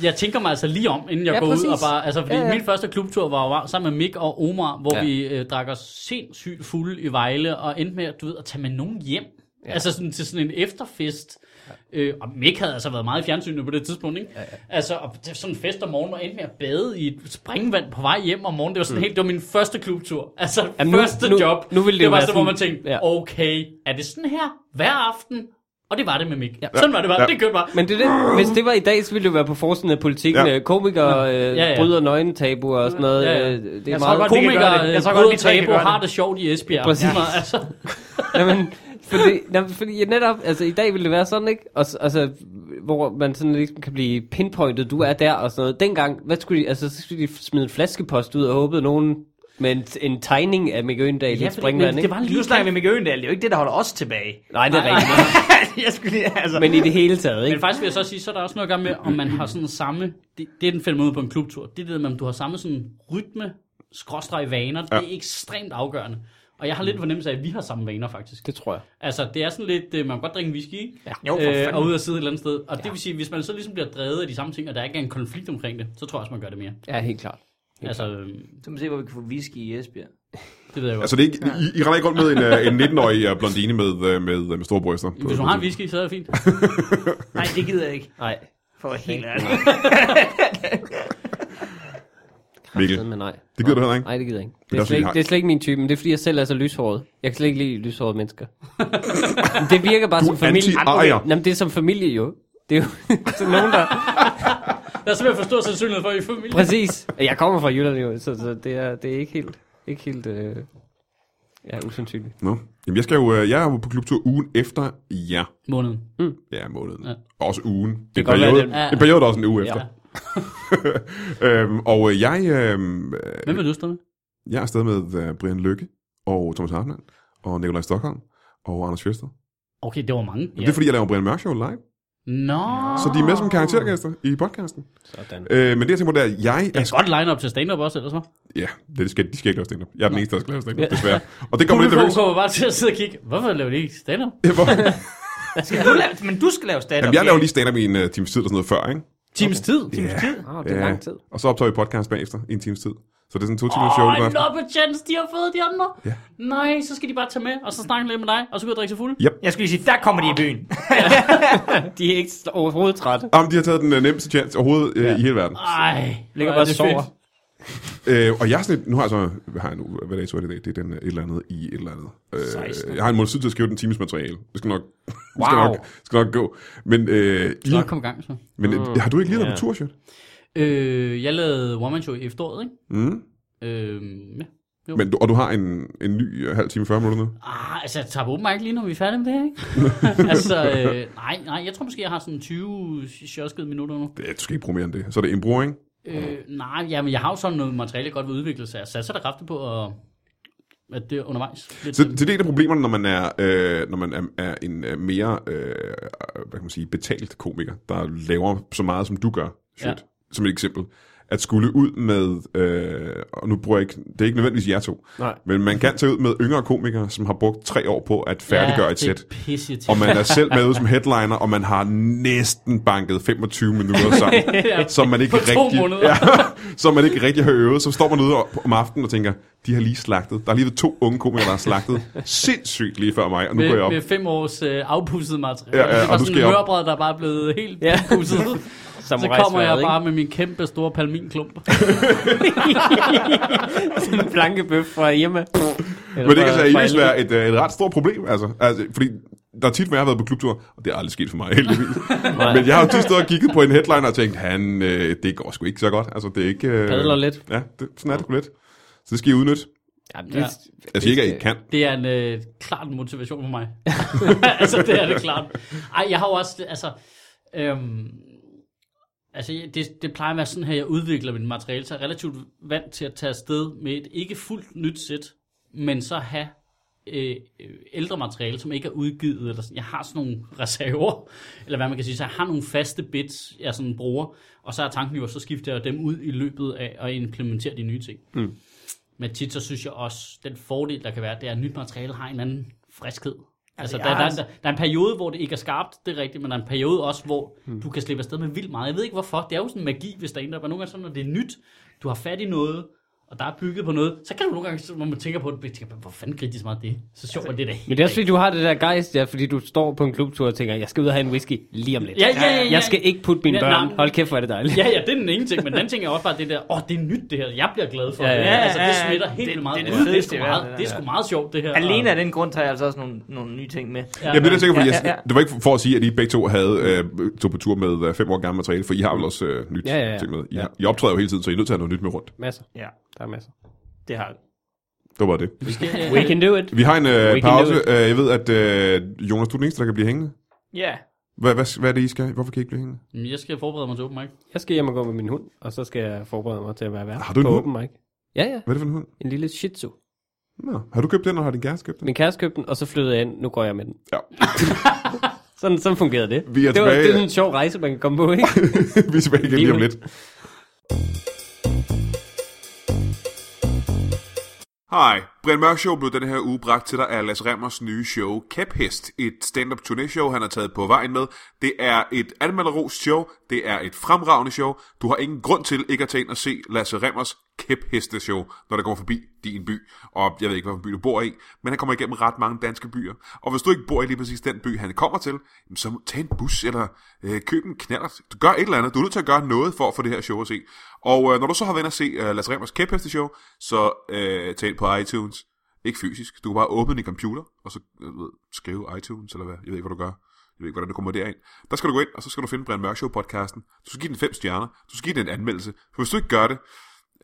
Speaker 3: jeg tænker mig altså lige om, inden jeg
Speaker 4: Ja,
Speaker 3: går ud og
Speaker 4: præcis.
Speaker 3: bare, altså fordi
Speaker 4: Ja,
Speaker 3: ja,
Speaker 4: ja.
Speaker 3: ja. min første klubtur var jo sammen med Mik og Omar, hvor
Speaker 4: Ja.
Speaker 3: ja. vi øh, drak os sindssygt fulde i Vejle, og endte med, du ved, at tage med nogen hjem, ja. altså sådan, til sådan en efterfest, Øh, og Mick havde altså været meget i fjernsynet på det tidspunkt, ikke? Ja, ja. Altså, og til sådan en fest om morgenen, og endte med at bade i et springvand på vej hjem om morgenen. Det var sådan mm. helt, det var min første klubtur. Altså,
Speaker 4: Jamen,
Speaker 3: Jamen,
Speaker 4: nu-
Speaker 3: første
Speaker 4: nu-
Speaker 3: job.
Speaker 4: nu ville det jo
Speaker 3: det var
Speaker 4: være
Speaker 3: så, hvor
Speaker 4: sådan-
Speaker 3: man tænkte,
Speaker 4: ja.
Speaker 3: okay, er det sådan her hver aften? Og det var det med Mik. Ja. Sådan var det bare.
Speaker 1: Ja.
Speaker 3: Ja. Det kørte bare.
Speaker 4: Men det er det, hvis det var i dag, så ville det jo være på forsiden af politikken.
Speaker 1: Ja.
Speaker 4: Ja. Komikere øh, ja,
Speaker 3: ja,
Speaker 4: ja.
Speaker 3: ja.
Speaker 4: bryder nøgentabuer og sådan noget.
Speaker 3: Ja, ja.
Speaker 4: Øh, Det er
Speaker 5: Jeg tror
Speaker 4: meget...
Speaker 5: godt, vi kan gøre det.
Speaker 3: Komikere,
Speaker 5: Jeg
Speaker 3: jeg
Speaker 5: tror
Speaker 3: tror
Speaker 5: godt, vi
Speaker 3: godt,
Speaker 5: tre kan
Speaker 3: tabu,
Speaker 5: gøre det.
Speaker 3: har det sjovt i Esbjerg.
Speaker 4: Præcis.
Speaker 3: Ja. Altså,
Speaker 4: Jamen, fordi, nej, fordi jeg netop, altså i dag ville det være sådan, ikke? Og, s- altså, hvor man sådan ligesom kan blive pinpointet, du er der og sådan noget. Dengang, hvad skulle de, altså, så skulle de smide en flaskepost ud og håbe at nogen med en, en tegning af Mikke Øndal ja, i et springvand, ikke?
Speaker 3: det var en
Speaker 5: Nu
Speaker 3: lille
Speaker 5: snakker vi med Gøndal, det er jo ikke det, der holder os tilbage.
Speaker 4: Nej, det er
Speaker 3: Nej,
Speaker 4: rigtigt.
Speaker 5: jeg skulle lige, altså.
Speaker 4: Men i det hele taget,
Speaker 3: Men
Speaker 4: ikke?
Speaker 3: faktisk vil jeg så sige, så er der også noget at gøre med, om man har sådan samme, det, det er den finder man ud på en klubtur, det er det der med, om du har samme sådan rytme, skråstreg vaner, det er ekstremt afgørende. Og jeg har lidt fornemmelse af, at vi har samme vaner faktisk.
Speaker 4: Det tror jeg.
Speaker 3: Altså, det er sådan lidt, øh, man kan godt drikke en whisky, ikke? Øh,
Speaker 5: Ja. Jo, for fanden.
Speaker 3: og ud og sidde et eller andet sted. Og ja. det vil sige, hvis man så ligesom bliver drevet af de samme ting, og der ikke er en konflikt omkring det, så tror jeg også, man gør det mere.
Speaker 4: Ja, helt klart.
Speaker 3: Altså, øh,
Speaker 5: Så må vi se, hvor vi kan få whisky i Esbjerg.
Speaker 3: det ved jeg godt.
Speaker 1: Altså, det er ikke, I, I render ikke rundt med en, øh, en 19-årig øh, blondine med, øh, med, med store bryster.
Speaker 3: Hvis du har en whisky, så er det fint.
Speaker 5: Nej, det gider jeg ikke.
Speaker 4: Nej,
Speaker 5: For helt ærligt.
Speaker 1: Mikkel,
Speaker 4: men nej.
Speaker 1: det gider du heller ikke.
Speaker 4: Nej, det gider jeg ikke.
Speaker 1: er
Speaker 4: Det er,
Speaker 1: også
Speaker 4: slet
Speaker 1: fordi,
Speaker 4: ikke,
Speaker 1: vi har-
Speaker 4: det er slet ikke min type, men det er fordi, jeg selv er så lyshåret. Jeg kan slet ikke lide lyshårede mennesker. det virker bare
Speaker 1: Du
Speaker 4: som
Speaker 1: er
Speaker 4: familie.
Speaker 1: anti-arier.
Speaker 4: Andre- Jamen, det er som familie jo. Det er jo det er nogen, der...
Speaker 3: Der er simpelthen for stor sandsynlighed for, at I er familie.
Speaker 4: Præcis. Jeg kommer fra Jylland jo, så, så det, er, det er ikke helt, ikke helt øh, ja, usandsynligt.
Speaker 1: Nå. Jamen, jeg, skal jo, øh, jeg er jo på klubtur ugen efter jer.
Speaker 3: Måneden.
Speaker 1: Ja, måneden. Ja.
Speaker 3: Ja.
Speaker 1: Også ugen. Det,
Speaker 4: kan godt være,
Speaker 1: periode,
Speaker 4: det-
Speaker 1: en periode, der er også en uge
Speaker 4: Ja.
Speaker 1: efter. øhm, og øh, jeg, øhm, øh,
Speaker 3: Hvem vil du stå med?
Speaker 1: jeg er afsted med øh, Brian Lykke og Thomas Hartmann og Nikolaj Stockholm og Anders Fjester.
Speaker 3: Okay, det var mange.
Speaker 1: Ja. Det er fordi, jeg laver Brian Mørk Show live.
Speaker 3: Nå.
Speaker 1: Så de er
Speaker 4: Ah.
Speaker 1: med som karaktergæster i podcasten.
Speaker 4: Sådan.
Speaker 1: Øh, men det, jeg tænker på, det er, at jeg er...
Speaker 3: Jeg kan godt line op til stand-up også, eller så.
Speaker 1: Ja, det, de, skal, de skal ikke lave stand-up. Jeg er den eneste, der skal lave stand-up, desværre. Og det kommer lidt
Speaker 3: Publikum
Speaker 1: nervøst.
Speaker 3: kommer bare til at sidde og kigge. Hvorfor laver de ikke stand-up?
Speaker 1: Ja, hvor-
Speaker 5: Skal du lave, men du skal lave stand-up.
Speaker 1: Jamen, jeg laver lige stand-up i en uh, times tid eller sådan noget før, ikke?
Speaker 3: Times tid.
Speaker 1: Ja.
Speaker 4: Ah, det er lang tid.
Speaker 1: Og så optager vi podcast bagefter i en times tid. Så det er sådan en to timers show.
Speaker 3: Åh,
Speaker 1: Oh,
Speaker 3: en loppechance, de har fået de andre.
Speaker 1: Ja.
Speaker 3: Nej, så skal de bare tage med, og så snakke lidt med dig, og så gå ud og drikke sig fuld.
Speaker 5: Jeg skulle lige sige, der kommer de i byen.
Speaker 4: De er ikke s- overhovedet trætte.
Speaker 1: Jamen, de har taget den uh, nemmeste chance overhovedet uh, ja. i hele verden.
Speaker 3: Ej, hvor er
Speaker 4: Ligger bare og
Speaker 3: det
Speaker 4: sover.
Speaker 3: fedt.
Speaker 1: Øh, og jeg er sådan lidt, nu har jeg så, hvad har jeg nu, hvad dag så er det i dag? Det er den øh, et eller andet i et eller andet. Øh,
Speaker 5: 16.
Speaker 1: jeg har en måned tid til at skrive den times materiale. Det skal nok, wow. skal
Speaker 4: Wow.
Speaker 1: nok, skal nok gå. Men, øh, I,
Speaker 3: Nå, kom i gang så.
Speaker 1: men øh, har du ikke lige været
Speaker 4: Ja.
Speaker 1: på tur, Sjøt?
Speaker 3: Øh, jeg lavede One Man Show i efteråret, ikke?
Speaker 1: Mm.
Speaker 3: Øh, ja.
Speaker 1: Men, du- og du har en, en ny øh, halv time, 40 minutter nu?
Speaker 3: Ah, altså, jeg tager på open mic lige, når vi er færdige med det her, ikke? altså, øh, nej, nej, jeg tror måske, jeg har sådan 20 sjoskede minutter nu.
Speaker 1: Det, du skal ikke bruge mere end det. Så er det en bror, ikke?
Speaker 3: Øh, nej, jamen, jeg har jo sådan noget materiale, jeg godt vil udvikle, så jeg satser da kraftigt på, at, at det er undervejs. Lidt
Speaker 1: Så, så det er et af problemerne, når man er, øh, når man er, er en øh, mere øh, hvad kan man sige, betalt komiker, der laver så meget, som du gør, shit, ja.
Speaker 3: Ja.
Speaker 1: som et eksempel. At skulle ud med, øh, og nu bruger jeg ikke, det er ikke nødvendigvis jer to,
Speaker 4: Nej.
Speaker 1: men man kan tage ud med yngre komikere, som har brugt tre år på at færdiggøre ja, et
Speaker 3: det er
Speaker 1: sæt.
Speaker 3: pisse til.
Speaker 1: Og man er selv med ud som headliner, og man har næsten banket 25 minutter sammen,
Speaker 3: Ja.
Speaker 1: som man ikke
Speaker 3: På to
Speaker 1: rigtig,
Speaker 3: måneder.
Speaker 1: ja, som man ikke rigtig har øvet. Så står man ude om aftenen og tænker, de har lige slagtet. Der har lige været to unge komikere, der har slagtet sindssygt lige før mig, og nu går jeg
Speaker 3: med,
Speaker 1: op.
Speaker 3: med fem års øh, afpusset materiale.
Speaker 1: Ja, ja,
Speaker 3: det
Speaker 1: og
Speaker 3: var
Speaker 1: nu
Speaker 3: sådan
Speaker 1: skal
Speaker 3: en
Speaker 1: jeg op.
Speaker 3: mørbrød, der bare er blevet helt
Speaker 4: Ja.
Speaker 3: ja. pusset.
Speaker 4: Som
Speaker 3: Så kommer jeg bare med min kæmpe store palminklump.
Speaker 4: en blankebøf fra hjemme.
Speaker 1: Men det kan seriøst være et, øh, et ret stort problem, altså. altså fordi der er tit, hvor jeg har været på klubtur, og det er aldrig sket for mig, heldigvis. Men jeg har jo tit stået og kigget på en headliner og tænkt, han, øh, det går sgu ikke så godt. Altså, det er ikke... Øh,
Speaker 4: Padler lidt.
Speaker 1: Ja, det, sådan er det sgu lidt. Så det skal I udnytte.
Speaker 4: Jamen,
Speaker 3: Ja.
Speaker 4: det,
Speaker 1: Jeg siger ikke, at I kan.
Speaker 3: Det er en øh, klart en motivation for mig. altså, det er det klart. Ej, jeg har jo også, altså... Øhm, altså, jeg- det, det plejer at være sådan her, jeg udvikler mit materiale, så jeg er relativt vant til at tage afsted med et ikke fuldt nyt sæt, men så have øh, øh, ældre materiale, som ikke er udgivet. Eller sådan. Jeg har sådan nogle reserver, eller hvad man kan sige. Så jeg har nogle faste bits, jeg sådan bruger. Og så er tanken jo, at så skifter jeg dem ud i løbet af at implementere de nye ting. Mm. Men tit så synes jeg også, den fordel, der kan være, det er, at nyt materiale har en eller anden friskhed. Altså, der,
Speaker 5: jeg
Speaker 3: der,
Speaker 5: har
Speaker 3: der, der, der er en periode, hvor det ikke er skarpt, det er rigtigt, men der er en periode også, hvor
Speaker 5: Mm.
Speaker 3: hmm. du kan slippe afsted med vildt meget. Jeg ved ikke hvorfor. Det er jo sådan en magi, hvis der er en, der er nogle gange sådan, når det er nyt, du har fat i noget, og der er bygget på noget, så kan du nogle gange, så- når man tænker på det, tænker, man, hvor fanden grinte de så meget af det? Så sjovt var det da helt
Speaker 4: Men det er også
Speaker 3: rigtigt.
Speaker 4: fordi, du har det der gejst, ja, fordi du står på en klubtur og tænker, jeg skal ud og have en whisky lige om lidt.
Speaker 3: Ja, ja, ja, ja.
Speaker 4: Jeg skal ikke putte mine
Speaker 3: Ja,
Speaker 4: børn.
Speaker 3: nej.
Speaker 4: Hold kæft, hvor er det dejligt.
Speaker 3: Ja, ja, det er den ene ting, men den anden ting er også bare det der, åh, oh, det er nyt det her, jeg bliver glad for
Speaker 4: Ja,
Speaker 3: ja,
Speaker 4: ja,
Speaker 3: ja, det.
Speaker 4: ja.
Speaker 3: Altså, det
Speaker 5: Ja, ja,
Speaker 3: smitter
Speaker 5: ja.
Speaker 3: helt
Speaker 5: Det-
Speaker 3: vildt meget.
Speaker 5: det er
Speaker 3: Det, det,
Speaker 5: det
Speaker 3: det, er
Speaker 5: fedeste
Speaker 3: sgu
Speaker 5: i verden,
Speaker 3: meget,
Speaker 5: det
Speaker 3: det er
Speaker 5: der.
Speaker 3: sgu meget sjovt, det her.
Speaker 5: Alene af den grund tager jeg altså også nogle, nogle nye ting med.
Speaker 3: Ja,
Speaker 1: Jamen, det er det, jeg tænker, fordi
Speaker 5: Ja,
Speaker 1: jeg,
Speaker 5: ja, ja.
Speaker 1: det var ikke for at sige, at I begge to havde øh, tog på tur med øh, fem år gammelt materiale, for I har vel også øh, nyt
Speaker 4: Ja, ja, ja.
Speaker 1: ting med. I,
Speaker 4: Ja.
Speaker 1: har, I optræder jo hele tiden, så I er nødt til at have noget nyt med rundt.
Speaker 4: Masser.
Speaker 5: Ja,
Speaker 4: Der er masser.
Speaker 5: det har vi.
Speaker 1: Det var bare det.
Speaker 3: Vi skal, øh,
Speaker 4: We can do it.
Speaker 1: Vi har en øh,
Speaker 4: We can
Speaker 1: pause.
Speaker 4: do it.
Speaker 1: Øh, jeg ved, at øh, Jonas, du er den eneste, der kan blive hængende.
Speaker 5: Ja.
Speaker 1: Hvad, hvad, hvad er det, I skal? Hvorfor kan I ikke blive hængende?
Speaker 3: jeg skal forberede mig til open mic.
Speaker 4: Jeg skal hjem og gå med min hund, og så skal jeg forberede mig til at være vært
Speaker 1: Har du en
Speaker 4: på
Speaker 1: hund?
Speaker 4: open mic. Ja, ja.
Speaker 1: Hvad er det for en hund?
Speaker 4: En lille shih tzu.
Speaker 1: Nå. Har du købt den, og har din kæreste købt den?
Speaker 4: Min kæreste købte den, og så flyttede jeg ind. Nu går jeg med den.
Speaker 1: Ja.
Speaker 4: sådan, sådan fungerede det.
Speaker 1: Vi er
Speaker 4: det, var,
Speaker 1: tilbage.
Speaker 4: det er sådan en sjov rejse, man kan komme på, ikke?
Speaker 1: Vi er tilbage igen lige om
Speaker 4: Lige
Speaker 1: lidt. Hej, Brian Mørk Show blev den her uge bragt til dig af Las Remmers nye show Kæphest, et stand-up turné-show, han har taget på vejen med. Det er et anmelderos show, det er et fremragende show. Du har ingen grund til ikke at tage ind og se Lasse Remmers kæpheste-show, når der kommer forbi din by. Og jeg ved ikke, hvilken by du bor i, men han kommer igennem ret mange danske byer. Og hvis du ikke bor i lige præcis den by, han kommer til, jamen så tag en bus eller øh, køb en knallert. Du gør et eller andet. Du er nødt til at gøre noget for at få det her show at se. Og øh, når du så har været inde og se øh, Lasse Remmers kæpheste-show, så øh, tag ind på iTunes. Ikke fysisk. Du kan bare åbne din computer, og så øh, du ved, skrive iTunes, eller hvad. Jeg ved ikke, hvad du gør. Jeg ved ikke, hvordan du kommer derind. Der skal du gå ind, og så skal du finde Brian Mørk Show-podcasten. Du skal give den fem stjerner. Du skal give den en anmeldelse. For hvis du ikke gør det,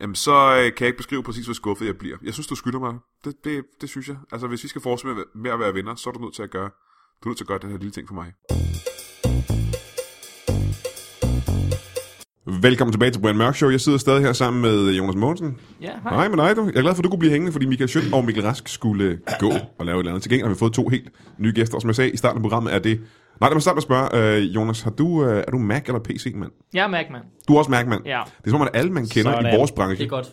Speaker 1: Jamen, så øh, kan jeg ikke beskrive præcis, hvor skuffet jeg bliver. Jeg synes, du skylder mig. Det, det, det synes jeg. Altså, hvis vi skal fortsætte med- med at være venner, så er du nødt til at gøre, du er nødt til at gøre den her lille ting for mig. Velkommen tilbage til Brian Mørk Show. Jeg sidder stadig her sammen med Jonas Mogensen.
Speaker 5: Ja, hej.
Speaker 1: Hej med dig, du. Jeg er glad for, at du kunne blive hængende, fordi Michael Schødt og Mikkel Rask skulle gå og lave et eller andet. Til gengæld har vi fået to helt nye gæster, og som jeg sagde i starten af programmet, er det... Nej, lad mig starte med at spørge, øh, Jonas, har du, øh, er du Mac eller PC-mand?
Speaker 5: Jeg er Mac, mand.
Speaker 1: Du er også Mac-mand.
Speaker 5: Ja.
Speaker 1: Det er som om, at alle, man kender Sådan. i
Speaker 4: Sådan.
Speaker 1: vores branche,
Speaker 3: Det er godt.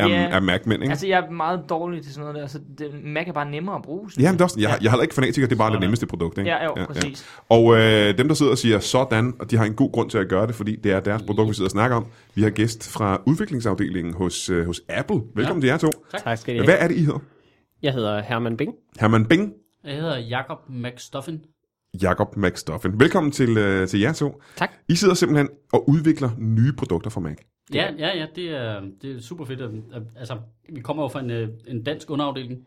Speaker 1: er,
Speaker 5: Ja.
Speaker 1: er Mac-mænd, ikke?
Speaker 5: Altså, jeg er meget dårlig til sådan noget der, så det, Mac er bare nemmere at bruge. synes
Speaker 1: Jamen,
Speaker 5: jeg.
Speaker 1: det er også, jeg, jeg er heller ikke fanatiker, det er bare det nemmeste produkt, ikke?
Speaker 5: Ja, jo, præcis.
Speaker 1: Ja. Og øh, dem, der sidder og siger sådan, og de har en god grund til at gøre det, fordi det er deres produkt, vi sidder og snakker om. Vi har gæst fra udviklingsafdelingen hos, øh, hos Apple. Velkommen ja. til jer to.
Speaker 4: tak skal I
Speaker 1: Hvad
Speaker 4: have.
Speaker 1: er det, I hedder?
Speaker 4: Jeg hedder Herman Bing.
Speaker 1: Herman Bing,
Speaker 3: Jeg hedder Jakob McStuffin.
Speaker 1: Jakob McStoffen. Velkommen til, øh, til jer to.
Speaker 4: Tak.
Speaker 1: I sidder simpelthen og udvikler nye produkter for Mac.
Speaker 3: Ja, ja, ja, det er, det er super fedt. At, at, altså, vi kommer jo fra en, øh, en dansk underafdeling,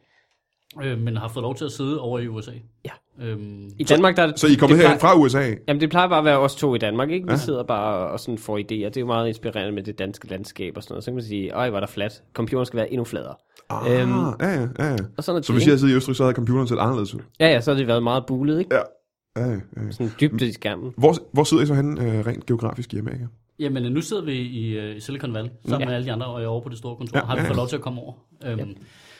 Speaker 3: øh, men har fået lov til at sidde over i USA.
Speaker 4: Ja.
Speaker 3: Øhm,
Speaker 4: I Danmark, der...
Speaker 1: Så I er kommet
Speaker 4: det
Speaker 1: herhen
Speaker 4: plejer,
Speaker 1: fra USA?
Speaker 4: Jamen, det plejer bare at være os to i Danmark, ikke? Vi ja. sidder bare og sådan får idéer. Det er jo meget inspirerende med det danske landskab og sådan noget. Så kan man sige, øj, hvor er der fladt. Computeren skal være endnu fladere.
Speaker 1: Ah,
Speaker 4: Øhm,
Speaker 1: ja, ja, ja, ja.
Speaker 4: Og sådan noget
Speaker 1: Så hvis jeg havde siddet i Østrig, så havde computeren set anderledes ud.
Speaker 4: Ja, ja, så har det været meget bulet, ikke?
Speaker 1: Ja. ja, ja, ja.
Speaker 4: Sådan dybt i skærmen.
Speaker 1: Hvor, hvor sidder I så henne øh, rent geografisk i Amerika?
Speaker 3: jamen, øh, nu sidder vi i, øh, i Silicon Valley, sammen ja. med alle de andre, og jeg er over på det store kontor,
Speaker 1: Ja,
Speaker 3: ja, har vi
Speaker 1: ja,
Speaker 3: fået
Speaker 1: ja.
Speaker 3: lov til at komme over. Øhm,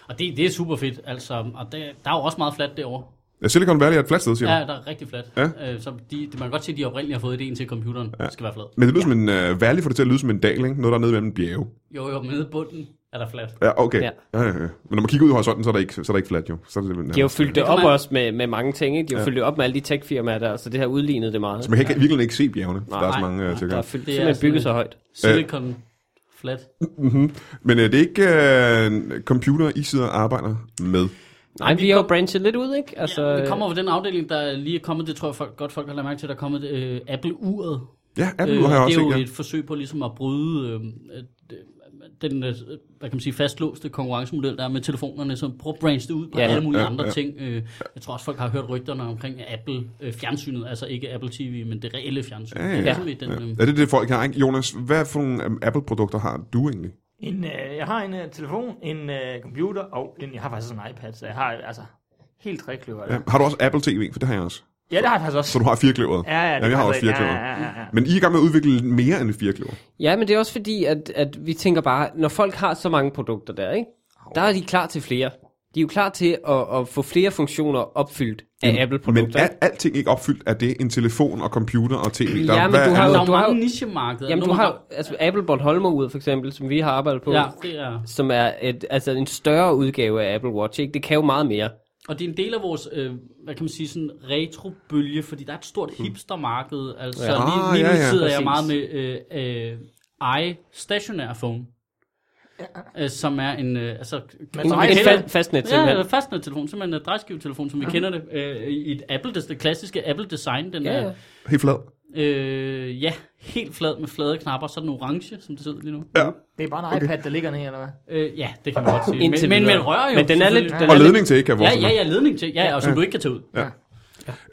Speaker 3: Og det, det er super fedt, altså, og der, der er jo også meget fladt derovre.
Speaker 1: Ja, Silicon Valley er et fladt sted, siger
Speaker 3: Ja,
Speaker 1: du?
Speaker 3: der er rigtig fladt.
Speaker 1: Ja.
Speaker 3: Øh, så de, det, man kan godt se, at de oprindeligt har fået idéen til, at computeren ja. skal være flad.
Speaker 1: Men det lyder ja. som en uh, valley, for det til at lyde som en dal, ikke? Noget, der er nede mellem en bjerge.
Speaker 3: Jo, jo, men nede i bunden er der fladt.
Speaker 1: Ja, okay. Ja.
Speaker 4: Ja.
Speaker 1: Ja, ja, ja. Men når man kigger ud i horisonten, så er der ikke, så er der ikke flat, jo. Så er det, nærmest-
Speaker 4: De har jo fyldt det
Speaker 3: kan
Speaker 4: op
Speaker 3: man-
Speaker 4: også med, med mange ting, ikke? De har ja. fyldt det op med alle de techfirmaer der, så det har udlignet det meget.
Speaker 1: Så man kan ikke, virkelig ikke se bjergene. Nej,
Speaker 4: Nej,
Speaker 1: der er så
Speaker 4: nej,
Speaker 1: mange uh,
Speaker 4: Der er
Speaker 1: tilgang.
Speaker 4: fyldt,
Speaker 3: Det er
Speaker 4: simpelthen
Speaker 3: sådan
Speaker 4: bygget
Speaker 3: et-
Speaker 4: så højt.
Speaker 3: Silicon flat.
Speaker 1: Men uh, det er ikke uh, computer, I sidder og arbejder med.
Speaker 4: Nej, vi har jo branchet lidt ud, ikke? Altså,
Speaker 3: Ja, det kommer fra den afdeling, der lige er kommet, det tror jeg folk, godt folk har lagt mærke til, der er kommet øh, Apple-uret.
Speaker 1: Ja, Apple
Speaker 3: Øh,
Speaker 1: øh, har jeg
Speaker 3: det
Speaker 1: også
Speaker 3: er jo
Speaker 1: set, ja.
Speaker 3: et forsøg på ligesom at bryde øh, øh, den, øh, hvad kan man sige, fastlåste konkurrencemodel, der er med telefonerne, som prøver at branche det ud på
Speaker 4: Ja,
Speaker 3: ja, alle mulige
Speaker 1: ja,
Speaker 3: ja, andre
Speaker 1: ja.
Speaker 3: ja. ting. Øh, jeg tror også, folk har hørt rygterne omkring Apple-fjernsynet, altså ikke Apple TV, men det reelle fjernsyn.
Speaker 1: Ja,
Speaker 3: Ja,
Speaker 1: ja,
Speaker 3: ja. Det
Speaker 1: ja.
Speaker 3: er sådan lidt den, øh,
Speaker 1: Er det det, folk har, ikke? Jonas, hvad for nogle um, Apple-produkter har du egentlig?
Speaker 5: En, øh, jeg har en øh, telefon, en øh, computer, og en, jeg har faktisk også en iPad, så jeg har øh, altså helt tre kløver.
Speaker 1: Ja.
Speaker 5: Ja.
Speaker 1: Har du også Apple TV? For det har jeg også.
Speaker 5: ja, det har jeg faktisk
Speaker 1: Så
Speaker 5: også.
Speaker 1: du har firekløveret?
Speaker 5: Ja, ja, det
Speaker 1: Jamen, jeg har også
Speaker 5: passer ikke.
Speaker 1: firekløveret.
Speaker 5: Ja, ja, ja, ja.
Speaker 1: Men I er i gang med at udvikle mere end et firekløver.
Speaker 4: Ja, men det er også fordi, at, at vi tænker bare, når folk har så mange produkter der, ikke? Der er de klar til flere. de er jo klar til at, at få flere funktioner opfyldt af
Speaker 1: Men
Speaker 4: Apple-produkter.
Speaker 1: er alting ikke opfyldt af det? En telefon og computer og tv?
Speaker 4: Ja, men
Speaker 1: hvad
Speaker 4: du
Speaker 1: er
Speaker 3: Der
Speaker 4: har jo-
Speaker 1: noget-
Speaker 3: er jo
Speaker 4: du har
Speaker 3: mange nichemarkeder.
Speaker 4: Jamen, du
Speaker 3: Nogle
Speaker 4: har altså, Apple Bornholmer ud, for eksempel, som vi har arbejdet på,
Speaker 3: gange- Ja, det er...
Speaker 4: som er et, altså, en større udgave af Apple Watch. Ikke? Det kan jo meget mere.
Speaker 3: Og det er en del af vores, øh, hvad kan man sige, sådan retrobølge, fordi der er et stort hipstermarked. Altså,
Speaker 4: Hmm. Ja.
Speaker 3: ja. lige,
Speaker 1: Ah,
Speaker 3: lige nu
Speaker 1: ja, ja.
Speaker 3: sidder
Speaker 4: Præcis.
Speaker 3: jeg meget med øh, øh, i stationær phone, øh, som er en, øh, altså,
Speaker 5: Men
Speaker 4: En,
Speaker 5: så
Speaker 3: som vi
Speaker 4: en
Speaker 3: kender-
Speaker 4: fa- fastnet
Speaker 3: Ja,
Speaker 4: simpelthen.
Speaker 3: ja, fastnettelefon, simpelthen en drejskivtelefon,
Speaker 4: Mhm.
Speaker 3: som vi kender det. Øh, I et Apple, det, det klassiske Apple-design, den
Speaker 4: Ja, ja.
Speaker 3: er
Speaker 1: Helt flad.
Speaker 3: øh, ja, helt flad med flade knapper, så er den orange, som det ser ud lige nu.
Speaker 1: Ja.
Speaker 5: Det er bare en iPad, der ligger ned, eller hvad?
Speaker 3: Øh, ja, det kan man godt sige. Men,
Speaker 4: Indtil
Speaker 3: men, men
Speaker 4: videre.
Speaker 3: rører jo.
Speaker 4: Men den er lidt...
Speaker 3: selvfølgelig.
Speaker 4: Den
Speaker 1: Og
Speaker 4: er lidt
Speaker 1: ledning til ikke, kan jeg
Speaker 3: Ja,
Speaker 1: forestille
Speaker 3: ja,
Speaker 1: mig.
Speaker 3: ja, ledning til, ja, og som du ikke kan tage ud.
Speaker 1: Øh,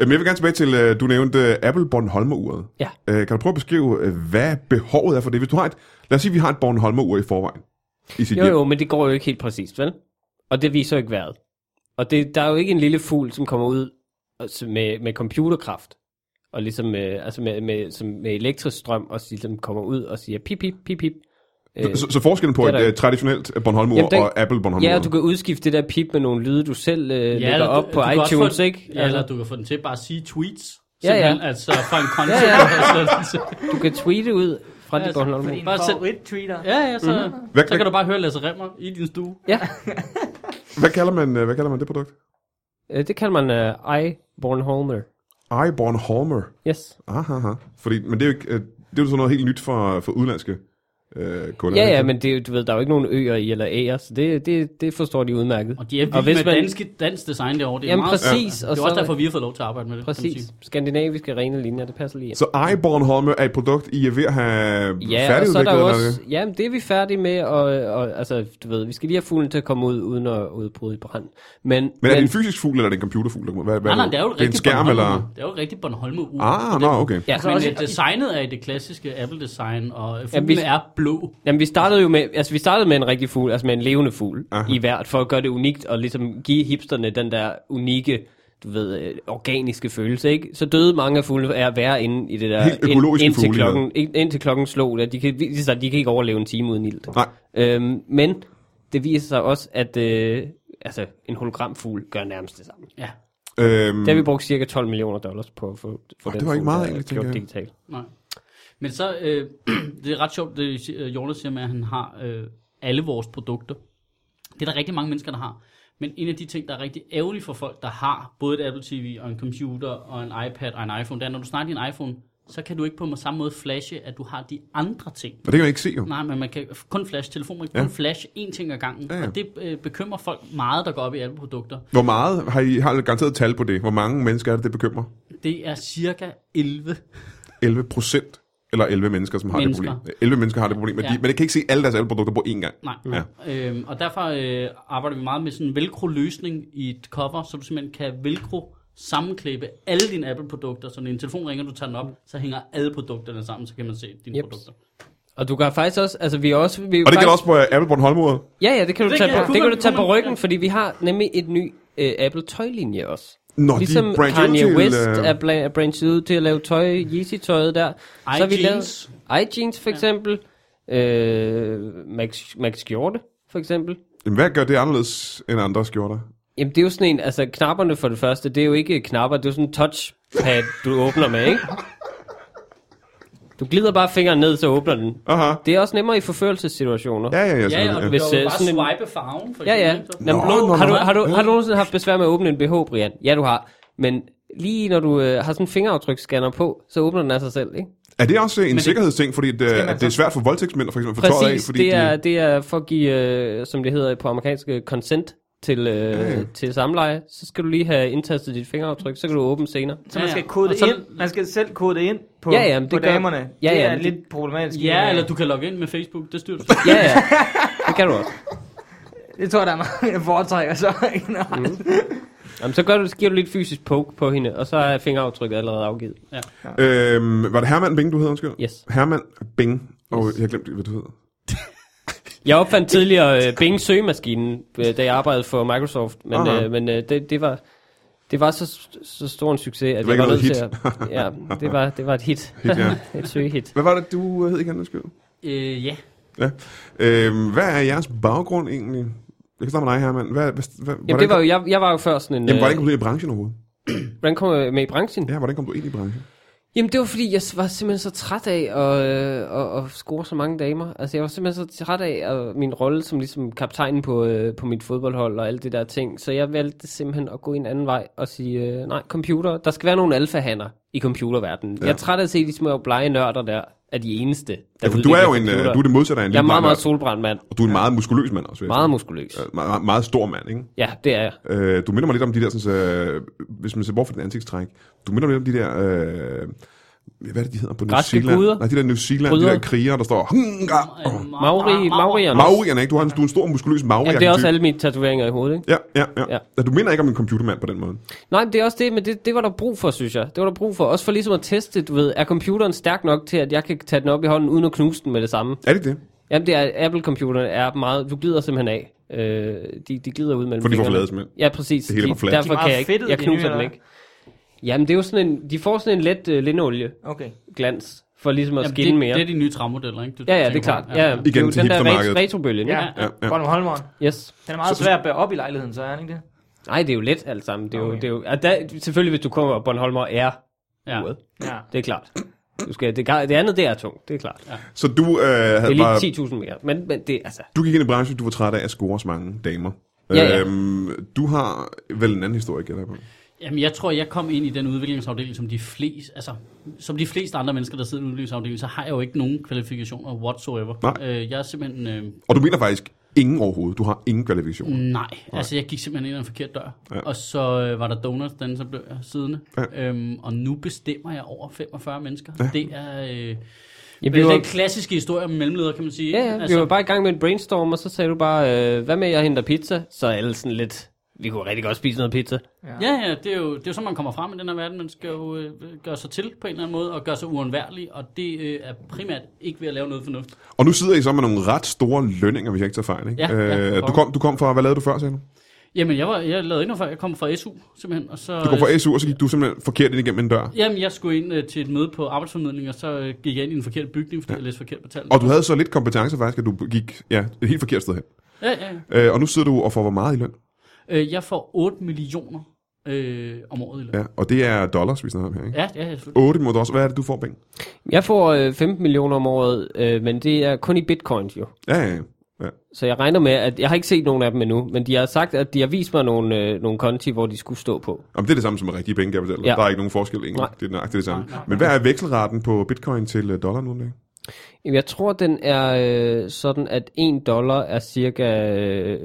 Speaker 1: Men jeg vil gerne tilbage til, øh, du nævnte øh, Apple Bornholmer-uret.
Speaker 4: Ja.
Speaker 1: Øh, Kan du prøve at beskrive, øh, hvad behovet er for det? Hvis du har et, lad os sige, at vi har et Bornholmer-ur i forvejen. I sit
Speaker 4: Jo,
Speaker 1: hjem.
Speaker 4: jo, men det går jo ikke helt præcist, vel? Og det viser jo ikke vejret. Og det, der er jo ikke en lille fugl, som kommer ud og s- med, med computerkraft, og ligesom øh, altså med, med, som med elektrisk strøm, og ligesom kommer ud og siger pip, pip, pip, pip. Øh,
Speaker 1: Så, så forskellen på
Speaker 4: det er
Speaker 1: et
Speaker 4: der
Speaker 1: øh, traditionelt Bornholmer
Speaker 4: Jamen, den-
Speaker 1: og Apple Bornholmer.
Speaker 4: ja, og du kan udskifte det der pip med nogle lyde, du selv øh, ja, lægger
Speaker 3: eller
Speaker 4: op
Speaker 3: du-
Speaker 4: på
Speaker 3: du kan også
Speaker 4: iTunes,
Speaker 3: få,
Speaker 4: ikke? Altså,
Speaker 3: Ja, eller du kan få den til bare at sige tweets.
Speaker 4: Ja, ja.
Speaker 3: Simpelthen, Altså fra en konto.
Speaker 4: Ja,
Speaker 3: ja.
Speaker 4: du kan tweete ud fra ja, dit
Speaker 3: altså,
Speaker 4: Bornholm.
Speaker 5: En
Speaker 3: Bare sæt-
Speaker 5: favorit-tweeter.
Speaker 3: ja, ja, så, mm-hmm.
Speaker 1: Hvad-
Speaker 3: så kan du bare høre Lasse Remmer i din stue.
Speaker 4: Ja,
Speaker 1: Hvad kalder man, øh, hvad kalder man det produkt?
Speaker 4: øh, det kalder man øh, I Bornholmer.
Speaker 1: I Bornholmer.
Speaker 4: Yes.
Speaker 1: Aha, aha. Fordi, men det er jo, ikke, øh, det er jo sådan noget helt nyt for, for udenlandske øh, kunder.
Speaker 4: Ja, ja,
Speaker 1: ikke?
Speaker 4: men det, er jo- du ved, der er jo ikke nogen øer i eller æger, så det, det, det forstår de udmærket.
Speaker 3: Og de er
Speaker 4: Og
Speaker 3: vildt
Speaker 4: hvis
Speaker 3: med
Speaker 4: man-
Speaker 3: danske, dansk design derovre. Det er
Speaker 4: Jamen
Speaker 3: meget,
Speaker 4: præcis,
Speaker 3: Ja.
Speaker 4: og
Speaker 3: Det er også
Speaker 4: så-
Speaker 3: derfor, vi har fået lov til at arbejde med det. kan man
Speaker 4: Præcis.
Speaker 3: sige.
Speaker 4: Skandinaviske rene linjer, det passer lige ind.
Speaker 1: Så I Bornholmer er et produkt, I er ved at have
Speaker 4: Ja, og så er
Speaker 1: færdigudviklet?
Speaker 4: der jo
Speaker 1: eller
Speaker 4: også,
Speaker 1: hvad?
Speaker 4: jamen det er vi færdige med, og, og altså, du ved, vi skal lige have fuglen til at komme ud, uden at udbryde i brand. Men,
Speaker 1: Men er det en fysisk fugl, eller er det en computerfugl? Hvad, hvad
Speaker 3: Nej, nej, det er jo et
Speaker 1: det er en
Speaker 3: rigtigt
Speaker 1: skærm, eller?
Speaker 3: Bornholmer. Det er jo et rigtigt Bornholme ur.
Speaker 1: Ah, nå, okay.
Speaker 4: ja,
Speaker 3: Men
Speaker 5: også-
Speaker 3: øh, designet er i det klassiske Apple-design, og
Speaker 4: Jamen,
Speaker 3: fuglen
Speaker 4: vi-
Speaker 3: er blå.
Speaker 4: jamen, vi startede jo med, altså vi startede med en rigtig fugl, altså med en levende fugl
Speaker 1: Aha.
Speaker 4: i hvert, for at gøre det unikt, og ligesom give hipsterne den der unikke, du ved, øh, organiske følelse, ikke? Så døde mange af fuglene af at være inde i det der,
Speaker 1: Helt økologiske
Speaker 4: indtil,
Speaker 1: fugle, ja.
Speaker 4: klokken, ind, indtil klokken slog, at de kan, vise sig, at de kan ikke overleve en time uden ilt.
Speaker 1: Nej,
Speaker 4: Øhm, men det viser sig også, at øh, altså, en hologramfugl gør nærmest det samme.
Speaker 3: Ja,
Speaker 1: øhm,
Speaker 4: Mm. Der har vi brugt cirka 12 millioner dollars på at få for
Speaker 1: det var ikke meget egentlig, tænker jeg.
Speaker 4: digital.
Speaker 3: nej. Men så, øh, det er ret sjovt, det øh, Jonas siger med, at han har øh, alle vores produkter. Det er der rigtig mange mennesker, der har. Men en af de ting, der er rigtig ærgerlig for folk, der har både et Apple TV og en computer og en iPad og en iPhone, det er, når du snakker din iPhone, så kan du ikke på samme måde flashe, at du har de andre ting.
Speaker 1: og det kan man ikke se jo.
Speaker 3: Nej, men man kan kun flash telefonen, man kan kun flash én ting ad gangen.
Speaker 1: Ja, ja.
Speaker 3: Og det øh, bekymrer folk meget, der går op i alle produkter.
Speaker 1: Hvor meget har I har I garanteret tal på det? Hvor mange mennesker er det, det bekymrer?
Speaker 3: Det er cirka 11.
Speaker 1: 11 procent eller 11 mennesker, som har
Speaker 3: Mennesker.
Speaker 1: det problem. 11 mennesker har det problem, men, ja. de,
Speaker 3: Ja.
Speaker 1: men det kan ikke se alle deres alle produkter på én gang.
Speaker 3: Nej.
Speaker 1: Ja.
Speaker 3: Ja. Øhm, og derfor øh, arbejder vi meget med sådan en velcro-løsning i et cover, så du simpelthen kan velcro sammenklæbe alle dine Apple-produkter, så når din telefon ringer, du tager den op, så hænger alle produkterne sammen, så kan man se dine
Speaker 4: Jeps.
Speaker 3: yep. produkter.
Speaker 4: Og du kan faktisk også, altså vi er også... Vi er
Speaker 1: Og det
Speaker 4: faktisk,
Speaker 1: gælder også på øh, Apple Bornholm-uret.
Speaker 4: Ja, ja, det kan du
Speaker 3: Det
Speaker 4: tage,
Speaker 3: kan-
Speaker 4: på,
Speaker 3: kunne
Speaker 4: det kan
Speaker 3: man-
Speaker 4: du tage
Speaker 3: kunne
Speaker 4: på
Speaker 3: man-
Speaker 4: ryggen,
Speaker 3: ja.
Speaker 4: fordi vi har nemlig et ny øh, Apple tøjlinje også.
Speaker 1: Nå,
Speaker 4: ligesom
Speaker 1: de branchet
Speaker 4: Kanye
Speaker 1: ud til,
Speaker 4: West
Speaker 1: øh,
Speaker 4: er bla- er branchet ud til at lave tøj, Yeezy-tøjet der. har vi
Speaker 3: iJeans.
Speaker 4: lavet iJeans for eksempel. Øh, Max, Max Skjorte for eksempel.
Speaker 1: Jamen, hvad gør det anderledes end andre skjorter?
Speaker 4: Jamen det er jo sådan en, altså knapperne for det første, det er jo ikke knapper, det er jo sådan en touchpad, du åbner med, ikke? Du glider bare fingeren ned, så åbner den.
Speaker 1: Aha.
Speaker 4: Det er også nemmere i forførelsessituationer.
Speaker 1: Ja, ja, ja.
Speaker 3: Ja, ja, og du
Speaker 1: selvfølgelig,
Speaker 3: kan
Speaker 4: Hvis,
Speaker 3: jo
Speaker 4: øh,
Speaker 3: bare
Speaker 4: sådan en-
Speaker 3: swipe farven. For
Speaker 4: Ja, ja.
Speaker 3: eksempel, ikke?
Speaker 4: Nå,
Speaker 1: Nå,
Speaker 4: blå,
Speaker 1: nå,
Speaker 4: har,
Speaker 1: nå.
Speaker 4: du, har, du, har du nogensinde haft besvær med at åbne en BH, Brian? Ja, du har. Men lige når du øh, har sådan en fingeraftrykscanner på, så åbner den af sig selv, ikke?
Speaker 1: Er det også en
Speaker 3: det-
Speaker 1: sikkerhedsting, fordi det,
Speaker 5: man
Speaker 1: at det er svært for voldtægtsmænd for eksempel at få tøjet af?
Speaker 4: Præcis,
Speaker 1: Fordi
Speaker 4: det er,
Speaker 1: de,
Speaker 4: det er for at give, øh, som det hedder på amerikansk, øh, consent til, øh, til samleje. Så skal du lige have indtastet dit fingeraftryk, så kan du åbne senere.
Speaker 5: Så
Speaker 3: Ja,
Speaker 5: man
Speaker 3: ja.
Speaker 5: skal kode
Speaker 3: Og
Speaker 5: det
Speaker 3: så-
Speaker 5: ind. Man skal selv kode det ind på,
Speaker 4: Ja, ja, men
Speaker 5: på
Speaker 4: det gør-
Speaker 5: damerne.
Speaker 4: Ja,
Speaker 5: det
Speaker 4: ja,
Speaker 5: er
Speaker 4: men det-
Speaker 5: lidt problematisk.
Speaker 3: Ja, eller du kan logge ind med Facebook, det styrer du. selv.
Speaker 4: Ja, ja. Det kan du også.
Speaker 5: Det tror jeg, der er mange, der foretrækker så. Mm.
Speaker 4: Jamen, så gør du, så giver du lidt fysisk poke på hende, og så er fingeraftrykket allerede afgivet.
Speaker 1: øhm, var det Herman Bing, du hedder, undskyld?
Speaker 4: Yes.
Speaker 1: Herman Bing. Og jeg glemte, hvad du hedder.
Speaker 4: Jeg opfandt tidligere øh, Bing søgemaskinen, øh, da jeg arbejdede for Microsoft, men,
Speaker 1: Aha.
Speaker 4: øh, men øh, det, det var... Det var så, så stor en succes, at
Speaker 1: var
Speaker 4: jeg
Speaker 1: ikke
Speaker 4: var nødt
Speaker 1: noget
Speaker 4: til at... Ja, det var, det var et hit.
Speaker 1: Hit, ja.
Speaker 4: et søgehit.
Speaker 1: Hvad var det, du hed igen, undskyld?
Speaker 3: øh, ja.
Speaker 1: Ja. Øhm, hvad er jeres baggrund egentlig? Jeg kan starte med dig her, mand. Hvad, hvad, hvad,
Speaker 4: Jamen, det var jo, jeg, jeg var jo før sådan en...
Speaker 1: jamen, hvordan
Speaker 4: øh,
Speaker 1: kom du ind i branchen overhovedet?
Speaker 4: hvordan kom jeg med i branchen?
Speaker 1: Ja, hvordan kom du ind i branchen?
Speaker 4: Jamen det var fordi, jeg var simpelthen så træt af at, øh, at, at score så mange damer. Altså jeg var simpelthen så træt af at min rolle som ligesom kaptajnen på, øh, på mit fodboldhold og alt det der ting. Så jeg valgte simpelthen at gå en anden vej og sige, øh, nej computer, der skal være nogle alfahander i computerverdenen. Ja. Jeg er træt af at se de små blege nørder der, er de eneste. Der
Speaker 1: Ja, for du
Speaker 4: udvikler
Speaker 1: er jo en, øh,
Speaker 4: computere.
Speaker 1: du er det modsatte af en
Speaker 4: Jeg er
Speaker 1: lille
Speaker 4: meget, meget
Speaker 1: barnlørd,
Speaker 4: solbrændt mand.
Speaker 1: Og du er en meget muskuløs mand også. vil jeg
Speaker 4: Meget muskuløs.
Speaker 1: sige. Øh, meget, meget- meget stor mand, ikke?
Speaker 4: Ja, det er jeg.
Speaker 1: Øh, du minder mig lidt om de der, sådan, øh, hvis man ser bort fra den ansigtstræk, du minder mig lidt om de der, øh, hvad er det, de hedder på New
Speaker 4: Græske
Speaker 1: Zealand?
Speaker 4: guder?
Speaker 1: Nej, de der New Zealand, de
Speaker 4: Brydere?
Speaker 1: der krigere, der står, hunga,
Speaker 3: Øh, Ma- Ma-
Speaker 4: Mauri, Maurierne.
Speaker 1: Maurierne, ikke? Du, har en, du er en stor muskuløs Mauri.
Speaker 4: Jamen, det er også alle mine tatoveringer i hovedet, ikke?
Speaker 1: Ja, ja, ja,
Speaker 4: Ja.
Speaker 1: ja. Du minder ikke om en computermand på den måde.
Speaker 4: Nej, men det er også det, men det, det var der brug for, synes jeg. Det var der brug for. Også for ligesom at teste, du ved, er computeren stærk nok til, at jeg kan tage den op i hånden, uden at knuse den med det samme?
Speaker 1: Er det ikke det?
Speaker 4: Jamen, det er, Apple-computeren er meget, du glider simpelthen af. Øh, de, de glider ud mellem
Speaker 1: For de får
Speaker 4: fingrene.
Speaker 1: flade, simpelthen.
Speaker 4: Ja, præcis.
Speaker 1: Det hele er
Speaker 4: de,
Speaker 1: for fladt.
Speaker 5: De
Speaker 4: derfor
Speaker 5: er
Speaker 4: kan jeg
Speaker 5: meget
Speaker 4: ikke,
Speaker 5: fedtede,
Speaker 4: jeg
Speaker 5: de nye,
Speaker 4: knuser
Speaker 5: eller
Speaker 4: den
Speaker 5: hvad?
Speaker 4: ikke. Jamen, det er jo sådan en, de får sådan en let øh, linolieglans,
Speaker 5: Okay.
Speaker 4: for ligesom at
Speaker 3: Jamen,
Speaker 4: skille
Speaker 3: det,
Speaker 4: mere.
Speaker 3: det er de nye træmodeller, ikke? Du
Speaker 4: ja, ja, det er
Speaker 3: tænker
Speaker 4: klart.
Speaker 3: på.
Speaker 4: Ja, ja. Det er jo
Speaker 1: til
Speaker 4: den der
Speaker 1: hipstermarkedet.
Speaker 4: ret- retrobølge, ikke?
Speaker 5: Ja,
Speaker 4: Ja.
Speaker 3: Ja.
Speaker 5: ja. ja. Bornholm Holmeren.
Speaker 4: Yes.
Speaker 5: Den er meget svær at bære op i lejligheden, så er den ikke det?
Speaker 4: Nej, det er jo let alt sammen. Det er jo,
Speaker 5: Okay.
Speaker 4: det er jo, og der, selvfølgelig, hvis du kommer og Bornholmer er
Speaker 3: Ja.
Speaker 4: uret.
Speaker 5: Ja.
Speaker 4: Det er klart. Du skal, det, det andet, det er tungt, det er klart. Ja.
Speaker 1: Så du, øh,
Speaker 4: Det
Speaker 1: havde
Speaker 4: er
Speaker 1: bare,
Speaker 4: lige 10.000 mere, men, men det, altså,
Speaker 1: du gik ind i branchen, du var træt af at score så mange damer.
Speaker 4: Ja, ja.
Speaker 1: Øhm, du har vel en anden historie, gætter jeg på.
Speaker 3: Jamen, jeg tror, jeg kom ind i den udviklingsafdeling, som de fleste, altså, som de fleste andre mennesker, der sidder i en udviklingsafdeling, så har jeg jo ikke nogen kvalifikationer whatsoever.
Speaker 1: Nej.
Speaker 3: Øh, jeg er simpelthen... Øh,
Speaker 1: Og du mener faktisk ingen overhovedet. Du har ingen kvalifikationer. Mm.
Speaker 3: Nej, altså jeg gik simpelthen ind ad en forkert dør, ja. og så øh, var der donuts, den så blev jeg siddende, ja. øhm, og nu bestemmer jeg over 45 mennesker. Ja. Det er øh,
Speaker 4: ja,
Speaker 3: det
Speaker 4: vi,
Speaker 3: er
Speaker 4: var,
Speaker 3: den klassiske historie om mellemleder, kan man sige.
Speaker 4: ja,
Speaker 3: ikke?
Speaker 4: ja, vi
Speaker 3: altså,
Speaker 4: var bare i gang med en brainstorm, og så sagde du bare, øh, hvad med, jeg henter pizza? Så er alle sådan lidt, vi kunne rigtig godt spise noget pizza.
Speaker 3: ja, ja, det er jo det er jo sådan, man kommer frem i den her verden. Man skal jo øh, gøre sig til på en eller anden måde, og gøre sig uundværlig, og det øh, er primært ikke ved at lave noget fornuft.
Speaker 1: Og nu sidder I så med nogle ret store lønninger, hvis jeg ikke tager fejl. Ikke?
Speaker 3: Ja, ja,
Speaker 1: øh, du, kom, du kom fra, hvad lavede du før, sagde du?
Speaker 3: Jamen, jeg, var, jeg lavede ikke noget før, jeg kom fra SU simpelthen, og så...
Speaker 1: Du kom fra SU, og så gik du simpelthen forkert ind igennem en dør.
Speaker 3: Jamen, jeg skulle ind øh, til et møde på arbejdsformidling, og så øh, gik jeg ind i en forkert bygning, fordi ja. jeg læste forkert på tallene.
Speaker 1: Og du havde så lidt kompetence faktisk, at du gik ja, et helt forkert sted hen.
Speaker 3: Ja, ja, ja.
Speaker 1: Øh, og nu sidder du og får hvor meget i løn?
Speaker 3: Øh, jeg får 8 millioner øh, om året i løn.
Speaker 1: Ja, og det er dollars, vi snakker om her, ikke?
Speaker 3: Ja, ja, ja selvfølgelig.
Speaker 1: 8 mod dollars. Hvad er det, du får, Bing?
Speaker 4: Jeg får øh, 15 millioner om året, øh, men det er kun i bitcoins jo.
Speaker 1: Ja, ja, ja. ja.
Speaker 4: Så jeg regner med, at jeg har ikke set nogen af dem endnu, men de har sagt, at de har vist mig nogle, øh, nogle konti, hvor de skulle stå på.
Speaker 1: Jamen, det er det samme som rigtige pengekapital. Ja.
Speaker 4: Ja.
Speaker 1: Der er ikke nogen forskel egentlig.
Speaker 4: Nej.
Speaker 1: Det er nøjagtigt det samme. Men hvad er vekselraten på bitcoin til øh, dollar nu om dagen?
Speaker 4: Jamen, Jeg tror, den er øh, sådan, at 1 dollar er cirka øh,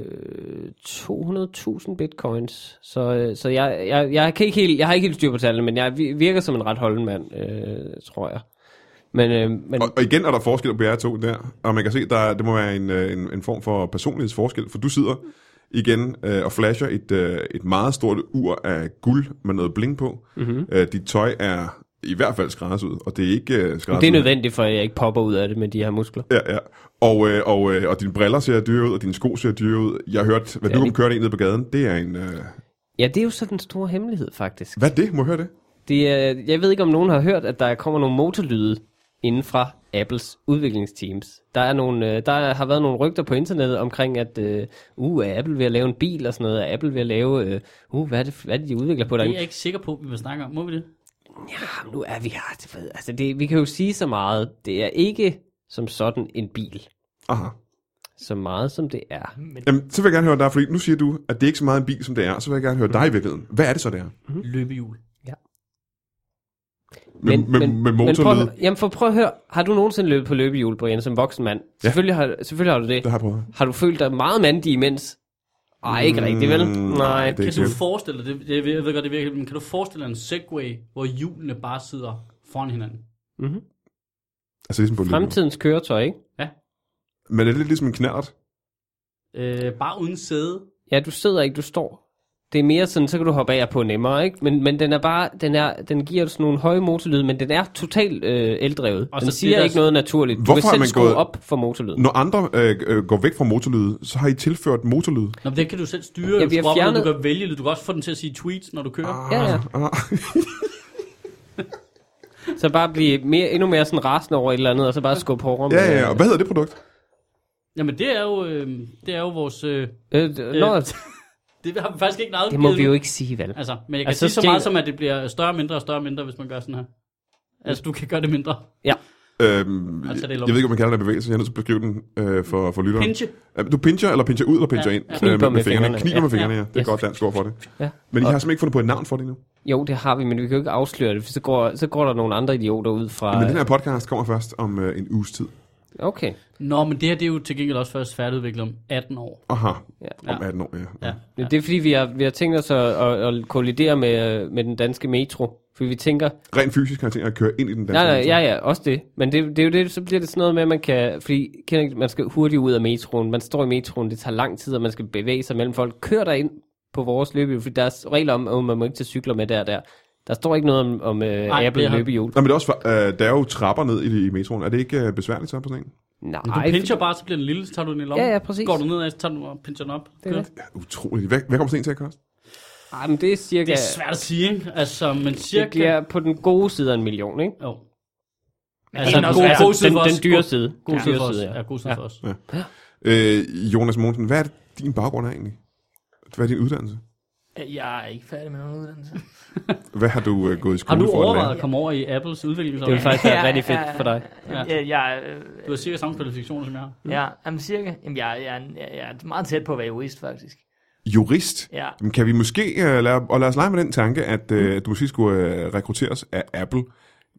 Speaker 4: 200.000 bitcoins. Så, øh, så jeg, jeg, jeg, kan ikke helt, jeg har ikke helt styr på tallene, men jeg vi- virker som en ret holden mand, øh, tror jeg. Men, øh, men
Speaker 1: Og, og igen er der forskel på jer to der. Og man kan se, der er- det må være en, øh, en, en form for personlighedsforskel. For du sidder igen øh, og flasher et, øh, et meget stort ur af guld med noget bling på. Mm-hmm. Øh, dit tøj er i hvert fald skræddersyet, og det er ikke øh, skræddersyet.
Speaker 4: det er nødvendigt, for at jeg ikke popper ud af det med de her muskler.
Speaker 1: Ja, ja. Og, øh, og, øh, og dine briller ser dyre ud, og dine sko ser dyre ud. Jeg har hørt, hvad
Speaker 4: Ja,
Speaker 1: du kom
Speaker 4: det-
Speaker 1: kørende ind ned på gaden. Det er en... Øh,
Speaker 4: Ja, det er jo så den store hemmelighed, faktisk.
Speaker 1: hvad er det? Må jeg høre det?
Speaker 4: Det er, jeg ved ikke, om nogen har hørt, at der kommer nogle motorlyde inden fra Apples udviklingsteams. Der, er nogle, øh, der har været nogle rygter på internettet omkring, at øh, uh, er Apple ved at lave en bil og sådan noget? Er Apple ved at lave... Øh, uh, hvad er, det, hvad er det, de udvikler på
Speaker 3: Det er jeg
Speaker 4: derinde?
Speaker 3: ikke sikker på, at vi vil snakke om. Må vi det?
Speaker 4: Jamen, nu er vi her. Det, ved- altså, det, vi kan jo sige så meget. Det er ikke som sådan en bil.
Speaker 1: Aha.
Speaker 4: Så meget som det er.
Speaker 1: Jamen, så vil jeg gerne høre dig, fordi nu siger du, at det er ikke så meget en bil, som det er. Så vil jeg gerne høre dig i virkeligheden. Hvad er det så, det er?
Speaker 4: Mhm.
Speaker 3: Løbehjul.
Speaker 1: Med, men, med, med motorlyd?
Speaker 4: prøv, jamen, for prøv at høre. Har du nogensinde løbet på løbehjul, Brian, som voksen mand? Ja. Selvfølgelig, har, selvfølgelig har du det.
Speaker 1: Det har jeg prøvet.
Speaker 4: Har du følt dig meget mandig imens? Ej, ikke
Speaker 1: Mm.
Speaker 4: rigtigt, vel? Nej.
Speaker 1: det er
Speaker 3: Kan
Speaker 1: ikke
Speaker 3: du
Speaker 1: det.
Speaker 3: forestille dig, det, det, jeg ved godt, det virker, men kan du forestille dig en Segway, hvor hjulene bare sidder foran hinanden?
Speaker 1: Altså ligesom på en løbehjul.
Speaker 4: Fremtidens køretøj, ikke?
Speaker 1: Men er det lidt ligesom en knallert?
Speaker 3: Øh, bare uden sæde.
Speaker 4: Ja, du sidder ikke, du står. Det er mere sådan, så kan du hoppe af og på nemmere, ikke? Men, men den er bare, den, er, den giver sådan nogle høje motorlyde, men den er totalt øh, eldrevet.
Speaker 3: Og
Speaker 4: Og
Speaker 3: så
Speaker 4: den
Speaker 3: det
Speaker 4: siger
Speaker 3: der-
Speaker 4: ikke noget naturligt. Du
Speaker 1: Hvorfor
Speaker 4: kan
Speaker 1: er
Speaker 4: selv
Speaker 1: man
Speaker 4: skrue
Speaker 1: gået-
Speaker 4: op for motorlyden.
Speaker 1: Når andre øh, øh, går væk fra motorlyd, så har I tilført motorlyd.
Speaker 3: Nå, men det kan du selv styre.
Speaker 4: Ja,
Speaker 3: Ja,
Speaker 4: vi har
Speaker 3: du, fjernet...
Speaker 4: fjernet-
Speaker 3: du kan vælge det. Du kan også få den til at sige tweets, når du kører. Ah.
Speaker 4: Ja, ja.
Speaker 1: Ah,
Speaker 4: Så bare blive mere, endnu mere sådan rasende over et eller andet, og så bare skubbe hårdere
Speaker 1: ja, ja, ja. Og hvad hedder det produkt?
Speaker 3: Jamen, det er jo, øh, det er jo vores... Øh,
Speaker 4: Øh, d- nå,
Speaker 3: det har vi faktisk ikke navnet.
Speaker 4: det må vi jo ikke sige, vel?
Speaker 3: Altså, men jeg kan
Speaker 4: Altså,
Speaker 3: altså, sige
Speaker 4: så
Speaker 3: så meget
Speaker 4: skal-
Speaker 3: som, at det bliver større og mindre og større og mindre, hvis man gør sådan her. Altså, du kan gøre det mindre.
Speaker 1: Øhm,
Speaker 3: Altså, det er
Speaker 1: jeg, jeg
Speaker 3: lort.
Speaker 1: ved ikke, om man kalder den her bevægelse. Jeg er nødt til at beskrive den øh, for, for lytteren.
Speaker 3: Pinche.
Speaker 1: Øh, Du pincher, eller pincher ud, eller pincher
Speaker 3: Ja,
Speaker 1: ind
Speaker 3: ja.
Speaker 1: øh,
Speaker 4: Kniber med fingrene.
Speaker 1: Kniber
Speaker 4: Ja,
Speaker 1: med fingrene,
Speaker 3: ja.
Speaker 1: ja. Det er
Speaker 4: Yes.
Speaker 1: godt dansk ord for det.
Speaker 4: Ja.
Speaker 1: Men I har
Speaker 4: Og-
Speaker 1: simpelthen ikke fundet på et navn for det endnu.
Speaker 4: Jo, det har vi, men vi kan jo ikke afsløre det, for så går, så går der nogle andre idioter ud fra...
Speaker 1: Men den her podcast kommer først om øh, en uges tid.
Speaker 4: Okay.
Speaker 3: Nå, men det her, det er jo til gengæld også først færdigudviklet om 18 år.
Speaker 1: Aha,
Speaker 4: Ja.
Speaker 1: om 18 år, ja.
Speaker 3: Ja.
Speaker 4: Ja. Det er fordi, vi har, vi har tænkt os at, at, at kollidere med, øh, med den danske metro. Fordi vi tænker,
Speaker 1: Rent fysisk kan jeg tænke at køre ind i den danske
Speaker 4: nej, nej,
Speaker 1: metro.
Speaker 4: ja, ja, også det. Men det, det er jo det, så bliver det sådan noget med, at man kan, fordi kender ikke, man skal hurtigt ud af metroen, man står i metroen, det tager lang tid, og man skal bevæge sig mellem folk. Kør dig ind på vores løbehjul, fordi der er regler om, at man må ikke tage cykler med der og der. Der står ikke noget om, om
Speaker 3: det
Speaker 4: øh,
Speaker 3: er
Speaker 4: Apple
Speaker 3: ham.
Speaker 4: løbehjul.
Speaker 1: Nå, men det er også, for- øh, der er jo trapper ned i, i metroen. Er det ikke øh, besværligt så på sådan en?
Speaker 4: Nej,
Speaker 3: Men du pincher bare, så bliver den lille, så tager du den i lommen.
Speaker 4: Ja, ja, præcis.
Speaker 3: Går du ned, så tager du den og pincher den op.
Speaker 4: det, er det.
Speaker 1: Ja, utroligt. Hvad, hvad kommer sådan en til at koste?
Speaker 4: Ej, men det er cirka...
Speaker 3: det er svært at sige, ikke? Altså, men cirka...
Speaker 4: Det bliver på den gode side af en million, ikke?
Speaker 3: Jo.
Speaker 4: Altså,
Speaker 3: den
Speaker 4: den- altså, den-
Speaker 3: for
Speaker 4: den
Speaker 3: os.
Speaker 4: dyre
Speaker 3: God-
Speaker 4: side.
Speaker 3: God
Speaker 4: Ja.
Speaker 3: side
Speaker 4: Dyre
Speaker 3: for os.
Speaker 4: side, ja.
Speaker 3: Ja, god side for os.
Speaker 1: Øh, Jonas Mogensen, hvad er det, din baggrund er egentlig? Hvad er din uddannelse?
Speaker 5: Jeg er ikke færdig med nogen uddannelse.
Speaker 1: Hvad har du øh, gået i
Speaker 3: Har
Speaker 1: skole
Speaker 3: du
Speaker 1: for at
Speaker 3: overvejet
Speaker 1: lære?
Speaker 3: at komme over i Apples
Speaker 4: Det vil
Speaker 3: udviklingsafdeling?
Speaker 4: faktisk være
Speaker 5: Ja,
Speaker 4: rigtig
Speaker 5: ja,
Speaker 4: fedt
Speaker 5: ja.
Speaker 4: for dig.
Speaker 3: Ja.
Speaker 5: Ja. Jeg, jeg, øh,
Speaker 3: Du har cirka samme kvalifikationer, som jeg har.
Speaker 5: Ja, jamen cirka. Jamen, jeg, jeg, er en- jeg, jeg er meget tæt på at være jurist, faktisk.
Speaker 1: Jurist?
Speaker 5: Ja.
Speaker 1: Jamen, Kan vi måske, øh, lade, og lad os lege med den tanke, at øh, du måske skulle øh, rekrutteres af Apple.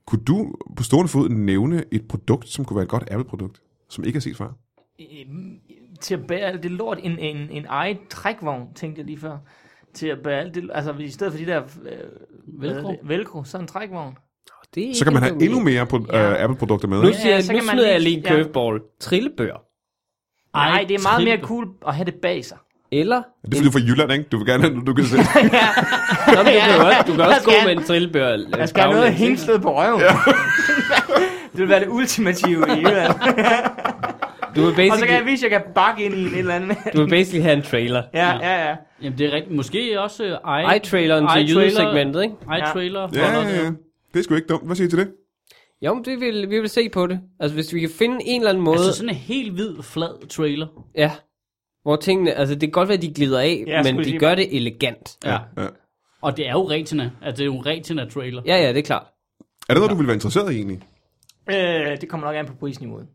Speaker 1: Kunne du på stående fod nævne et produkt, som kunne være et godt Apple-produkt, som ikke er set før?
Speaker 5: Øhm, Til at bære alt det lort, en, en, en egen trækvogn, tænkte jeg lige før. Til at bære alt det Altså, i stedet for de der... Øh, hvad hedder
Speaker 3: Velcro.
Speaker 5: det? Velcro, sådan en trækvogn.
Speaker 4: Det er
Speaker 1: Så kan man have
Speaker 4: ikke en dum
Speaker 1: endnu mere pro- øh, Apple-produkter med.
Speaker 4: Nu,
Speaker 1: ikke?
Speaker 4: siger,
Speaker 5: Ja,
Speaker 4: ja,
Speaker 5: så
Speaker 4: nu
Speaker 5: kan man
Speaker 4: smider
Speaker 5: lige-
Speaker 4: jeg lige en
Speaker 5: ja.
Speaker 4: curveball. Trillebør.
Speaker 3: Ej,
Speaker 5: Nej, det er meget mere
Speaker 3: trille.
Speaker 5: cool at have det bag sig.
Speaker 4: Eller...
Speaker 1: Det er fordi, du er fra Jylland, ikke? Du vil gerne have, du kan se.
Speaker 4: Nå, men du kan jo også, du kan
Speaker 5: Jeg
Speaker 4: også gå
Speaker 5: skal-
Speaker 4: med en trillebør. øh,
Speaker 5: Jeg skal have noget
Speaker 4: baglæns, ikke?
Speaker 5: hængslet på røven. Ja. det vil være det ultimative i Jylland.
Speaker 4: Du vil
Speaker 5: Og så kan jeg
Speaker 4: basically,
Speaker 5: vise, at jeg kan bakke ind i en et eller anden.
Speaker 4: du vil basically have en trailer.
Speaker 5: ja, ja, ja.
Speaker 3: Jamen, det er rigtigt. Måske også øh, ej...
Speaker 4: Eye-traileren til
Speaker 3: eye-trailer-
Speaker 4: jydesegmentet, ikke?
Speaker 3: Eye-trailer.
Speaker 1: ja, ja, ja. Det er sgu ikke dumt. Hvad siger I til det?
Speaker 4: Jo, men det vil, vi vil se på det. Altså, hvis vi kan finde en eller anden måde...
Speaker 3: Altså sådan en helt hvid, flad trailer.
Speaker 4: Ja. Hvor tingene... Altså, det kan godt være, at de glider af,
Speaker 5: jeg
Speaker 4: men
Speaker 5: skulle
Speaker 4: de
Speaker 5: sige-
Speaker 4: gør det elegant.
Speaker 3: Ja.
Speaker 1: ja.
Speaker 3: Og det er jo retina. Altså, det er jo en retina-trailer.
Speaker 4: Ja, ja, det er klart.
Speaker 1: Er det noget, du ville være interesseret i egentlig?
Speaker 5: Øh, det kommer nok an på prisniveauet.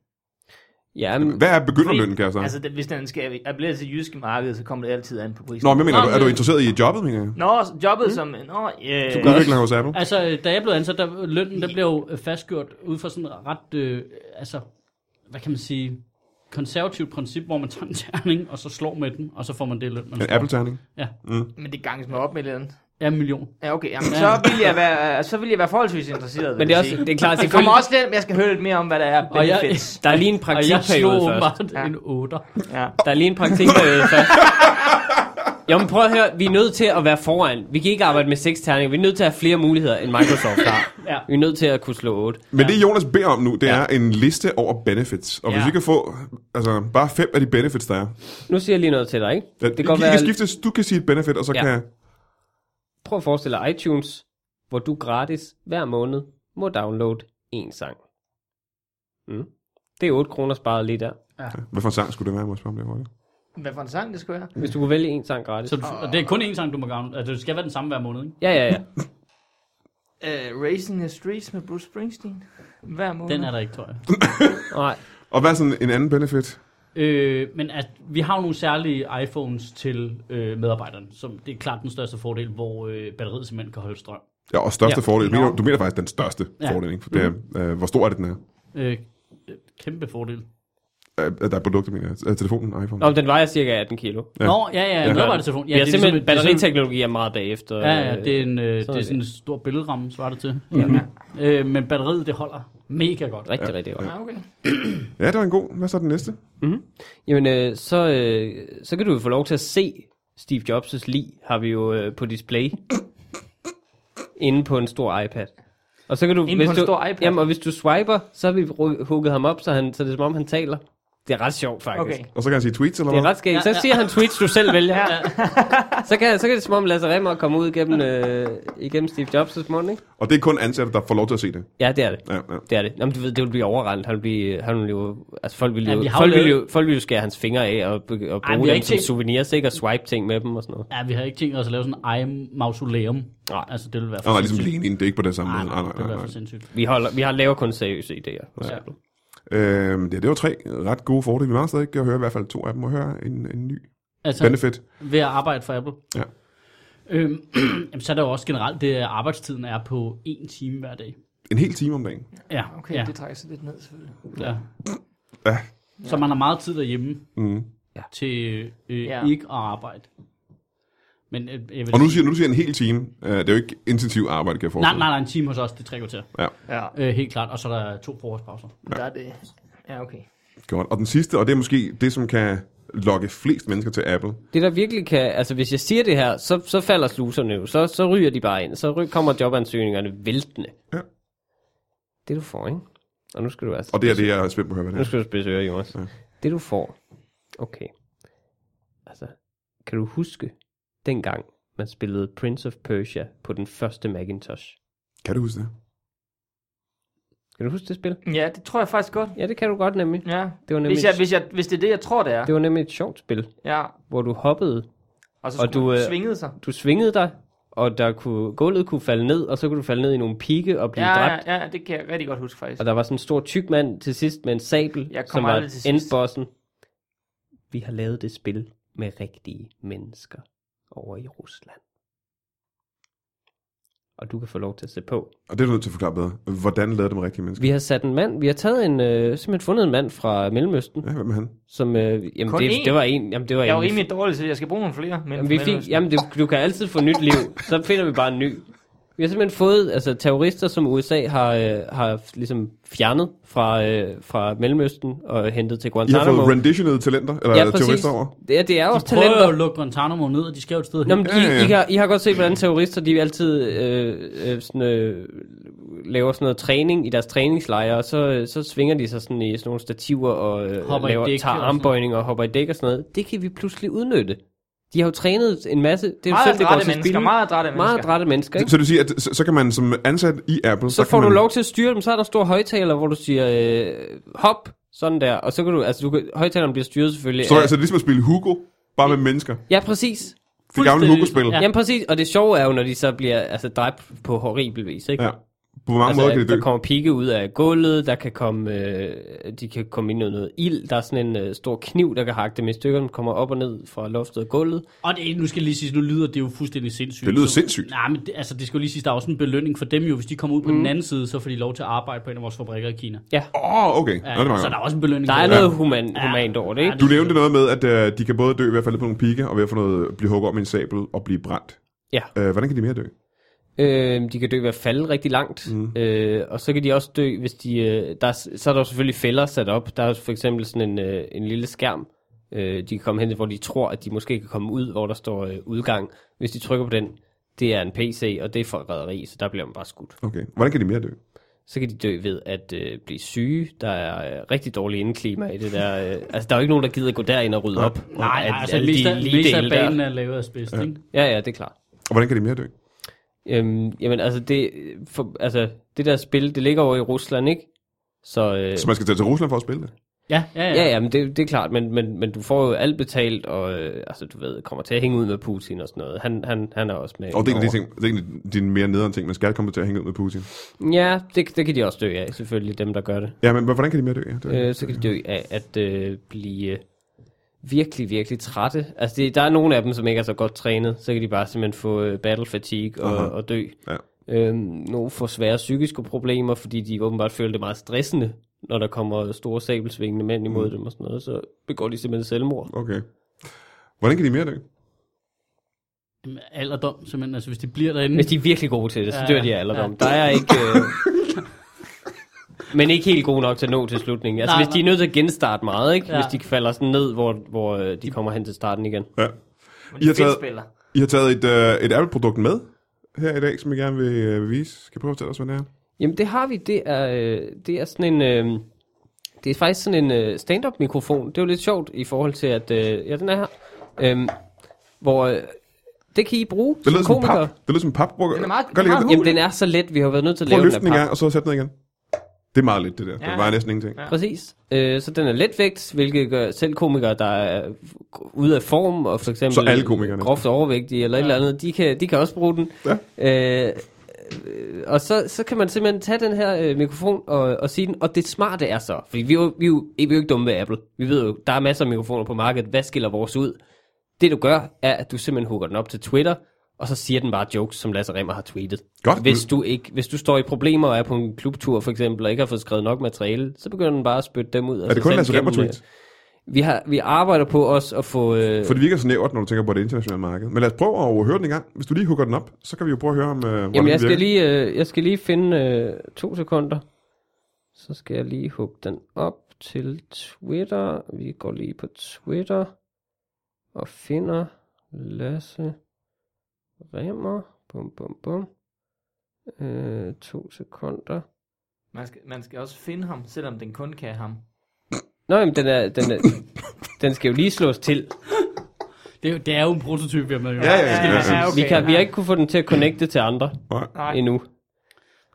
Speaker 4: Ja, men,
Speaker 1: Hvad er begynderlønnen, kan jeg sige?
Speaker 5: Altså, det, hvis den skal appellere til jyske marked, så kommer det altid an på prisen.
Speaker 1: Nå, men jeg mener,
Speaker 3: Nå,
Speaker 1: du, er
Speaker 3: men-
Speaker 1: du interesseret i jobbet, mener jeg?
Speaker 5: Nå, så jobbet mm. som... Nå, øh,
Speaker 1: Udvikler hos Apple?
Speaker 3: Altså, øh, da jeg blev ansat, der, lønnen der blev jo øh, fastgjort ud fra sådan et ret, øh, altså, hvad kan man sige, konservativt princip, hvor man tager en terning, og så slår med den, og så får man det i løn. Man
Speaker 1: En
Speaker 3: slår.
Speaker 1: Apple-terning?
Speaker 5: men det ganges mig op med et eller andet.
Speaker 3: Ja, en million.
Speaker 5: Ja, okay. Jamen, så, vil jeg være, så vil jeg være forholdsvis interesseret. vil
Speaker 4: men det er,
Speaker 5: jeg
Speaker 4: også,
Speaker 5: sige.
Speaker 4: det er klart,
Speaker 5: det kommer
Speaker 4: selvfølgelig...
Speaker 5: også lidt, men jeg skal høre lidt mere om, hvad der er
Speaker 3: Og jeg-
Speaker 5: benefits.
Speaker 4: Der er lige en
Speaker 3: Og jeg
Speaker 4: praktikperiode
Speaker 3: slog
Speaker 4: først.
Speaker 3: åbenbart
Speaker 5: Ja.
Speaker 3: en otter.
Speaker 5: Ja.
Speaker 4: Der er lige en praktikperiode først. Jamen prøv at høre, vi er nødt til at være foran. Vi kan ikke arbejde med seks terninger. Vi er nødt til at have flere muligheder, end Microsoft har.
Speaker 3: Ja.
Speaker 4: Vi er nødt til at kunne slå otte.
Speaker 1: Men det Jonas beder om nu, det er en liste over benefits. Og hvis
Speaker 5: Ja.
Speaker 1: vi kan få altså, bare fem af de benefits, der er.
Speaker 4: Nu siger jeg lige noget til dig, ikke?
Speaker 1: Ja,
Speaker 4: Det kan godt
Speaker 1: I, I
Speaker 4: være-
Speaker 1: kan skiftes, du kan sige et benefit, og så
Speaker 4: Ja.
Speaker 1: ja. kan...
Speaker 4: Prøv at forestille dig iTunes, hvor du gratis hver måned må downloade én sang. Mm. Det er 8 kroner sparet lige der.
Speaker 1: Hvad for en sang skulle det være, må jeg spørge om det? Holger?
Speaker 5: Hvad for en sang det skulle være?
Speaker 4: Hvis du kunne vælge én sang gratis.
Speaker 3: Så du, og det er kun én sang, du må gavne. Altså, det skal være den samme hver måned, ikke?
Speaker 4: Ja, ja, ja.
Speaker 5: Uh, Racing the Streets med Bruce Springsteen. Hver måned.
Speaker 3: Den er der ikke, tror jeg.
Speaker 4: Nej.
Speaker 1: Og hvad er sådan en anden benefit?
Speaker 3: Øh, men at, vi har jo nogle særlige iPhones til øh, medarbejderne, som det er klart den største fordel, hvor øh, batteriet simpelthen kan holde strøm.
Speaker 1: Ja, og største
Speaker 4: Ja.
Speaker 1: ja. fordel. Du mener,
Speaker 5: Nå.
Speaker 1: du mener faktisk den største
Speaker 3: Ja.
Speaker 1: ja. fordel, ikke? For det er, øh, hvor stor er det, den er?
Speaker 3: Øh, øh, kæmpe fordel.
Speaker 1: Øh, der er produkter, mener jeg. Øh, Telefonen, iPhone.
Speaker 4: Nå, men den vejer cirka 18 kilo.
Speaker 1: Ja.
Speaker 3: Nå, ja, ja, ja. medarbejdertelefon.
Speaker 4: Ja, det er
Speaker 3: ligesom
Speaker 4: simpelthen,
Speaker 3: et- det er sådan-
Speaker 4: batteriteknologi er meget bagefter.
Speaker 3: Ja, ja, det er, en, øh, det
Speaker 4: sådan
Speaker 3: er
Speaker 4: er
Speaker 3: sådan en
Speaker 4: det.
Speaker 3: stor billedramme, svarer det til. Ja. Øh, men batteriet, det holder mega godt.
Speaker 4: Rigtig, rigtig godt.
Speaker 5: Ja, okay.
Speaker 1: Ja, det var en god. Hvad så er den næste?
Speaker 4: Jamen, øh, så, øh, så kan du jo få lov til at se Steve Jobs' lig, har vi jo øh, på display. inde på en stor iPad. Og så kan du,
Speaker 5: Inde på en
Speaker 4: du,
Speaker 5: stor iPad?
Speaker 4: Jamen, og hvis du swiper, så har vi ru- hugget ham op, så, han, så det er som om, han taler. Det er ret sjovt, faktisk.
Speaker 5: Okay.
Speaker 4: Okay.
Speaker 1: Og så kan han sige tweets eller
Speaker 4: Det er
Speaker 1: hvad?
Speaker 4: ret skægt.
Speaker 3: Ja,
Speaker 4: Så
Speaker 3: ja.
Speaker 4: siger han tweets, du selv vælger.
Speaker 5: Ja.
Speaker 4: Så kan, så kan det som om Lasse Remmer komme ud igennem, øh, igennem Steve Jobs' morgen, ikke?
Speaker 1: Og det er kun ansatte, der får lov til at se det.
Speaker 4: Ja, det er det.
Speaker 1: Ja, ja.
Speaker 4: Det er det. Nå, men du ved, det vil blive overrendt. Han vil blive, han vil jo, altså folk vil jo,
Speaker 3: Ja,
Speaker 4: ja,
Speaker 3: vi
Speaker 4: vi
Speaker 3: har jo
Speaker 4: folk, vil
Speaker 3: lavet-
Speaker 4: jo, folk vil jo skære hans fingre af og, be-
Speaker 3: vi
Speaker 4: og bruge
Speaker 3: har
Speaker 4: dem
Speaker 3: ikke
Speaker 4: som
Speaker 3: set-
Speaker 4: souvenirs, ikke? Og swipe ting med dem og sådan noget.
Speaker 3: Ja, vi havde ikke tænkt os at lave sådan en mausoleum. Nej. Altså, det ville være for
Speaker 1: Nå, nej, ligesom
Speaker 3: sindssygt.
Speaker 1: Lenin, det er ikke på den samme måde. Nej, nej,
Speaker 3: det ville
Speaker 1: nej.
Speaker 3: være
Speaker 1: nej.
Speaker 3: for sindssygt.
Speaker 4: Vi, holder, vi har laver kun seriøse idéer. For
Speaker 3: Ja.
Speaker 4: ja.
Speaker 1: Øhm, ja, det var tre ret gode fordele. Vi mangler stadig ikke at høre i hvert fald to af dem og høre en, en ny
Speaker 3: Altså,
Speaker 1: benefit.
Speaker 3: ved at arbejde for Apple.
Speaker 1: Ja.
Speaker 3: Øhm, jamen, så er der jo også generelt det, at arbejdstiden er på en time hver dag.
Speaker 1: En hel time om dagen.
Speaker 3: Ja,
Speaker 5: Okay,
Speaker 3: ja,
Speaker 5: det trækker sig lidt ned, selvfølgelig.
Speaker 3: ja.
Speaker 1: Ja.
Speaker 3: Så man har meget tid derhjemme
Speaker 1: Mm.
Speaker 3: til øh,
Speaker 5: Ja.
Speaker 3: ja. ikke at arbejde. Men, øh, jeg vil
Speaker 1: Og nu siger, nu siger en hel time. Øh, det er jo ikke intensiv arbejde, kan jeg
Speaker 3: Nej,
Speaker 1: forestille
Speaker 3: nej, nej, en time hos os, det trækker til.
Speaker 5: Ja,
Speaker 3: Øh, helt klart, og så er der to frokostpauser.
Speaker 5: der er det. Ja, okay.
Speaker 1: mig. Godt. Og den sidste, og det er måske det, som kan lokke flest mennesker til Apple.
Speaker 4: Det der virkelig kan, altså hvis jeg siger det her, så, så falder sluserne jo, så, så ryger de bare ind, så ry- kommer jobansøgningerne væltende.
Speaker 1: Ja.
Speaker 4: Det du får, ikke? Og nu skal du altså,
Speaker 1: Og det er det, jeg er spændt på at høre, hvad
Speaker 4: nu
Speaker 1: det er.
Speaker 4: skal du spidse ører, Jonas.
Speaker 1: Ja.
Speaker 4: Ja. Det du får, okay. Altså, kan du huske dengang, man spillede Prince of Persia på den første Macintosh?
Speaker 1: Kan du huske det?
Speaker 4: Kan du huske det spil?
Speaker 5: Ja, det tror jeg faktisk godt.
Speaker 4: Ja, det kan du godt nemlig.
Speaker 5: Ja.
Speaker 4: Det var nemlig,
Speaker 5: Hvis, jeg, hvis, jeg, hvis det er det, jeg tror, det er.
Speaker 4: det var nemlig et sjovt spil,
Speaker 5: Ja,
Speaker 4: hvor du hoppede,
Speaker 5: og så
Speaker 4: Og
Speaker 5: skulle
Speaker 4: du,
Speaker 5: man
Speaker 4: øh,
Speaker 5: svingede sig.
Speaker 4: du svingede dig, og der kunne, gulvet kunne falde ned, og så kunne du falde ned i nogle pigge og blive
Speaker 5: Ja,
Speaker 4: dræbt.
Speaker 5: ja, ja, det kan jeg rigtig godt huske, faktisk.
Speaker 4: Og der var sådan en stor tyk mand til sidst med en sabel,
Speaker 5: Jeg
Speaker 4: som
Speaker 5: kommer
Speaker 4: var
Speaker 5: aldrig til sidst.
Speaker 4: endbossen. Vi har lavet det spil med rigtige mennesker over i Rusland. Og du kan få lov til at se på.
Speaker 1: Og det er du nødt til at forklare bedre. Hvordan lavede det med rigtige mennesker?
Speaker 4: Vi har sat en mand, vi har taget en, øh, simpelthen fundet en mand fra Mellemøsten,
Speaker 1: Ja, hvem er han?
Speaker 4: som, øh, jamen
Speaker 5: Kun
Speaker 4: det,
Speaker 5: én?
Speaker 4: det, var en, jamen det var
Speaker 5: Jeg er jo
Speaker 4: en,
Speaker 5: rimelig dårlig, så jeg skal bruge nogle flere. Men
Speaker 4: Jamen, vi fik, jamen det, du kan altid få nyt liv. Så finder vi bare en ny. Vi har simpelthen fået altså, terrorister, som USA har, øh, har ligesom fjernet fra, øh, fra Mellemøsten og hentet til
Speaker 1: I har
Speaker 4: Guantanamo.
Speaker 1: fået renditionede talenter, eller
Speaker 4: ja, præcis.
Speaker 1: terrorister over?
Speaker 4: Det, er- det er også
Speaker 3: De prøver jo
Speaker 4: talenter.
Speaker 3: at lukke Guantanamo ned, og de skal jo et sted
Speaker 4: Nå,
Speaker 3: hen.
Speaker 4: men
Speaker 1: Ja, ja, ja.
Speaker 4: I, I, har, I har godt set, hvordan terrorister de altid øh, øh, sådan, øh, laver sådan noget træning i deres træningslejre, og så, øh, så svinger de sig sådan i sådan nogle stativer og øh,
Speaker 3: Hopper i
Speaker 4: laver,
Speaker 3: dæk
Speaker 4: tager
Speaker 3: og sådan
Speaker 4: armbøjninger og hopper i dæk og sådan noget. Det kan vi pludselig udnytte. De har jo trænet en masse. Det er jo
Speaker 5: meget
Speaker 4: selv, det går
Speaker 5: adrætte
Speaker 4: til
Speaker 5: mennesker,
Speaker 4: spil.
Speaker 5: meget adrætte
Speaker 4: Meget
Speaker 5: mennesker.
Speaker 4: adrætte mennesker,
Speaker 1: Så,
Speaker 4: ikke?
Speaker 1: så du siger, at så, så kan man som ansat i Apple...
Speaker 4: Så
Speaker 1: kan
Speaker 4: får du
Speaker 1: man,
Speaker 4: lov til at styre dem, så er der stor højtaler, hvor du siger øh, hop, sådan der, og så kan du, altså du kan, højtaleren bliver styret selvfølgelig
Speaker 1: Så,
Speaker 4: af-
Speaker 1: altså, det er ligesom at spille Hugo, bare med mennesker.
Speaker 4: Ja, præcis.
Speaker 1: Det gamle
Speaker 3: Fuldstændig.
Speaker 1: Hugo-spil.
Speaker 3: Ja.
Speaker 4: Ja. Jamen præcis, og det sjove er jo, når de så bliver altså, dræbt på horribel vis, ikke?
Speaker 1: Ja. På mange
Speaker 4: Altså,
Speaker 1: måder kan det dø.
Speaker 4: der kommer pigge ud af gulvet, der kan komme, øh, de kan komme ind i noget ild, der er sådan en øh, stor kniv, der kan hakke dem i stykker, den kommer op og ned fra loftet og gulvet.
Speaker 3: Og det, nu skal jeg lige sige, nu lyder det jo fuldstændig sindssygt.
Speaker 1: Det lyder
Speaker 3: Så-
Speaker 1: sindssygt.
Speaker 3: Nej, men det, altså, det skal jo lige sige, der er også en belønning for dem jo. Hvis de kommer ud på mm. den anden side, så får de lov til at arbejde på en af vores fabrikker i Kina.
Speaker 1: Åh, oh, okay. Ja, Nå, det var
Speaker 3: så
Speaker 1: godt.
Speaker 3: der er også en belønning.
Speaker 4: Der
Speaker 3: for
Speaker 4: er
Speaker 3: det.
Speaker 4: noget human, humant over det, ikke?
Speaker 1: Du nævnte noget med, at øh, de kan både dø i hvert fald på nogle pigge, og ved at få noget, blive hugget om i en sabel og blive brændt.
Speaker 4: Ja.
Speaker 1: Øh, hvordan kan de mere dø?
Speaker 4: Øh, de kan dø ved at falde rigtig langt, mm. øh, og så kan de også dø, hvis de... Øh, der er, s- så er der jo selvfølgelig fælder sat op. Der er jo for eksempel sådan en, øh, en lille skærm, øh, de kan komme hen til, hvor de tror, at de måske kan komme ud, hvor der står øh, udgang. Hvis de trykker på den, det er en PC, og det er forræderi, så der bliver man bare skudt.
Speaker 1: Okay. Hvordan kan de mere dø?
Speaker 4: Så kan de dø ved at øh, blive syge. Der er øh, rigtig dårligt indeklima i det der. Øh, altså, der er jo ikke nogen, der gider gå derind og rydde op.
Speaker 3: Nej, nej, altså,
Speaker 4: alle de
Speaker 3: mest af-
Speaker 4: lige
Speaker 3: mest af
Speaker 4: dele der.
Speaker 3: banen er lavet af spids, ikke?
Speaker 4: Ja, ja, det er klart.
Speaker 1: Og hvordan kan de mere dø?
Speaker 4: Øhm, jamen, altså det, for, altså, det der spil, det ligger over i Rusland, ikke? Så, øh,
Speaker 1: Så man skal tage til Rusland for at spille det?
Speaker 3: Ja, ja, ja.
Speaker 4: ja, ja, men det, det er klart, men, men, men du får jo alt betalt, og øh, altså, du ved, kommer til at hænge ud med Putin og sådan noget. Han, han, han er også med.
Speaker 1: Og det er en af de,
Speaker 4: indover.
Speaker 1: ting, det er en af de mere nederen ting, man skal komme til at hænge ud med Putin.
Speaker 4: Ja, det, det kan de også dø af, selvfølgelig, dem der gør det.
Speaker 1: Ja, men hvordan kan de mere dø? Ja, det er-
Speaker 4: Øh, så kan de dø af at øh, blive virkelig, virkelig trætte. Altså, det, der er nogle af dem, som ikke er så godt trænet, så kan de bare simpelthen få øh, battle fatigue og,
Speaker 1: Aha.
Speaker 4: og dø.
Speaker 1: Ja.
Speaker 4: Øhm, nogle får svære psykiske problemer, fordi de åbenbart føler det meget stressende, når der kommer store sabelsvingende mænd imod mm. dem og sådan noget, så begår de simpelthen selvmord.
Speaker 3: Mm.
Speaker 1: Okay. Hvordan kan de mere dø?
Speaker 3: Jamen, Alderdom, simpelthen. Altså, hvis de bliver derinde.
Speaker 4: Hvis de er virkelig gode til det, så
Speaker 3: Ja,
Speaker 4: dør de af alderdom. Der er ikke... Øh... Men ikke helt gode nok til at nå til slutningen. Altså,
Speaker 3: Nej,
Speaker 4: hvis de er nødt til at genstarte meget, ikke?
Speaker 3: Ja.
Speaker 4: Hvis de falder sådan ned, hvor, hvor øh, de kommer hen til starten igen.
Speaker 1: Ja.
Speaker 5: Men
Speaker 1: I
Speaker 5: de
Speaker 1: har taget-
Speaker 5: fedt spiller.
Speaker 1: I har taget et, øh, et Apple-produkt med her i dag, som jeg gerne vil øh, vise. Skal jeg prøve at fortælle os, hvad det er?
Speaker 4: Jamen det har vi, det er, øh, det er sådan en, øh, Det er faktisk sådan en øh, stand-up-mikrofon. Det er jo lidt sjovt i forhold til, at... Øh, ja, den er her. Øhm, hvor... Øh, det kan I bruge
Speaker 1: Det lyder som
Speaker 4: komikere.
Speaker 1: pap. Det lyder som pap. Prøv,
Speaker 5: Den er meget-
Speaker 1: gør lige
Speaker 5: den er
Speaker 1: det.
Speaker 5: meget
Speaker 4: Jamen, den er så let, vi har været nødt til at
Speaker 1: Prøv at
Speaker 4: lave
Speaker 1: løfte
Speaker 4: den
Speaker 1: den
Speaker 4: af
Speaker 1: en
Speaker 4: pap.
Speaker 1: gang, og så sæt den igen. Det er meget lidt, det der. Det
Speaker 5: Ja.
Speaker 1: vejer næsten ingenting.
Speaker 5: Ja.
Speaker 4: Præcis. Øh, så den er letvægt, hvilket gør selv komikere, der er ude af form, og for eksempel
Speaker 1: Så alle komikere næsten.
Speaker 4: groft overvægtige eller ja. et eller andet, de kan, de kan også bruge den. Ja. Øh, øh, og så, så kan man simpelthen tage den her øh, mikrofon og, og sige den, og det smarte er så, fordi vi er, jo, vi, er jo, vi er jo ikke dumme ved Apple, vi ved jo, der er masser af mikrofoner på markedet, hvad skiller vores ud? Det du gør, er at du simpelthen hugger den op til Twitter, og så siger den bare jokes, som Lasse Remmer har tweetet.
Speaker 1: Godt.
Speaker 4: Hvis du, ikke, hvis du står i problemer og er på en klubtur for eksempel, og ikke har fået skrevet nok materiale, så begynder den bare at spytte dem ud.
Speaker 1: Er det kun Lasse Remmer tweets?
Speaker 4: Vi, har, vi arbejder på os at få... Øh,
Speaker 1: For det virker så nævert, når du tænker på det internationale marked. Men lad os prøve at høre den en gang. Hvis du lige hugger den op, så kan vi jo prøve at høre om, øh, hvordan
Speaker 4: jamen,
Speaker 1: den
Speaker 4: jeg skal,
Speaker 1: virker.
Speaker 4: lige, øh, jeg skal lige finde øh, to sekunder. Så skal jeg lige hugge den op til Twitter. Vi går lige på Twitter og finder Lasse Remmer. Bum, bum, bum. Øh, to sekunder.
Speaker 5: Man skal, man skal også finde ham, selvom den kun kan ham.
Speaker 4: Nå, jamen, den, er, den, er, den skal jo lige slås til.
Speaker 3: Det, er jo- det er jo en prototype, vi har med at gøre.
Speaker 1: Ja, ja, ja. ja, ja.
Speaker 4: Vi, kan, vi har ikke kunne få den til at connecte til andre
Speaker 1: Nej.
Speaker 5: Nej.
Speaker 4: endnu.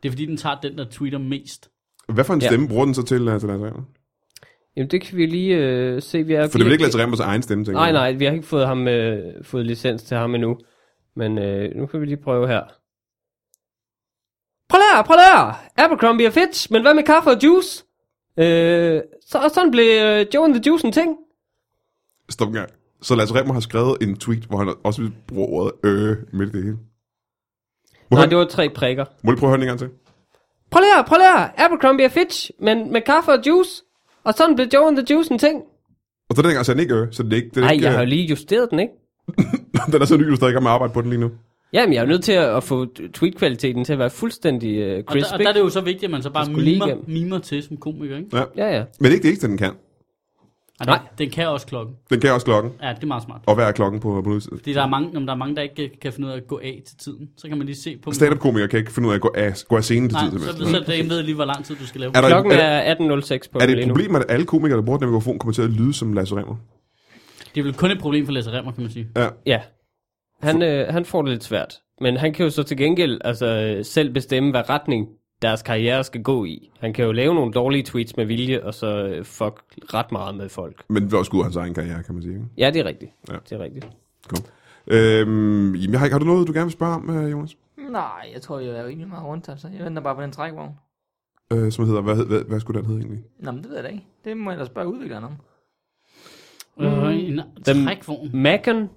Speaker 3: Det er fordi, den tager den, der tweeter mest.
Speaker 1: Hvad for en
Speaker 4: Ja.
Speaker 1: stemme bruger den så til, øh, til Lasse Remmer?
Speaker 4: Jamen det kan vi lige øh, se. Vi er,
Speaker 1: For det altså
Speaker 4: vi
Speaker 1: vil ikke Lasse Remmers egen stemme, tænker
Speaker 4: Nej,
Speaker 1: jeg.
Speaker 4: nej, vi har ikke fået, ham, øh, fået licens til ham endnu. Men øh, nu kan vi lige prøve her. Prøv lærer, prøv lærer. Abercrombie er fedt, men hvad med kaffe og juice? Øh, så, og sådan blev øh, Joe and the Juice en ting.
Speaker 1: Stop en gang. Så Lasse Remmer har skrevet en tweet, hvor han også vil bruge ordet øh midt i det hele. Må,
Speaker 4: Nej,
Speaker 1: han,
Speaker 4: det var tre prikker.
Speaker 1: må du prøve at høre den en gang til?
Speaker 4: Prøv lærer, prøv lærer. Abercrombie er fedt, men med kaffe og juice. Og sådan blev Joe and the Juice en ting.
Speaker 1: Og så den gang, så er den ikke øh, så det er ikke... Den er
Speaker 4: Nej,
Speaker 1: ikke,
Speaker 4: jeg har jo
Speaker 1: øh,
Speaker 4: lige justeret den, ikke?
Speaker 1: den er så ny, du er stadig i gang med at arbejde på den lige nu.
Speaker 4: Jamen, jeg er jo nødt til at, at få tweetkvaliteten til at være fuldstændig øh,
Speaker 3: Og der,
Speaker 4: crisp,
Speaker 3: og der er
Speaker 4: ikke?
Speaker 3: det jo så vigtigt, at man så bare
Speaker 4: skulle lige
Speaker 3: mimer,
Speaker 4: igennem.
Speaker 3: mimer til som komiker, ikke?
Speaker 4: Ja, ja.
Speaker 1: Men det er ikke det eneste, den kan.
Speaker 3: Og
Speaker 4: Nej.
Speaker 3: Den, den kan også klokken.
Speaker 1: Den kan også klokken.
Speaker 3: Ja, det er meget smart.
Speaker 1: Og hvad er klokken på, på nyheds-
Speaker 3: Fordi der er mange, om der er mange, der ikke øh, kan finde ud af at gå af til tiden. Så kan man lige se på...
Speaker 1: Stand-up-komikere kan ikke finde ud af at gå af, gå af scenen til
Speaker 3: Nej,
Speaker 1: tid.
Speaker 3: så,
Speaker 1: simpelthen.
Speaker 3: så det ved lige, hvor lang tid du skal lave.
Speaker 1: Er der,
Speaker 4: Klokken
Speaker 1: er, der-
Speaker 4: er 18.06 på
Speaker 1: er
Speaker 4: den
Speaker 1: det
Speaker 4: lige
Speaker 1: et
Speaker 4: nu.
Speaker 1: problem, at alle komikere, der bruger den her mikrofon, kommer til at lyde som Lasse Remmer?
Speaker 3: Det er vel kun et problem for Lasse Remmer, kan man sige.
Speaker 4: Ja. Han, øh, han får det lidt svært. Men han kan jo så til gengæld altså, øh, selv bestemme, hvad retning deres karriere skal gå i. Han kan jo lave nogle dårlige tweets med vilje, og så øh, fuck ret meget med folk.
Speaker 1: Men det er også ud af hans egen karriere, kan man sige. ikke?
Speaker 4: Ja, det er rigtigt.
Speaker 1: Ja.
Speaker 4: Ja. Det er rigtigt.
Speaker 1: Godt. Øhm, jamen, jeg har, ikke- har du noget, du gerne vil spørge om, øh, Jonas?
Speaker 5: Nej, jeg tror, jeg er jo egentlig meget rundt, altså. Jeg venter bare på den trækvogn.
Speaker 1: Øh, som hedder, hvad, hed- hvad, hvad skulle den hedde egentlig?
Speaker 5: Nå, men det ved jeg da ikke. Det må jeg ellers spørge udvikleren om.
Speaker 3: Øh, en
Speaker 4: Dem-
Speaker 3: trækvogn.
Speaker 4: Macken,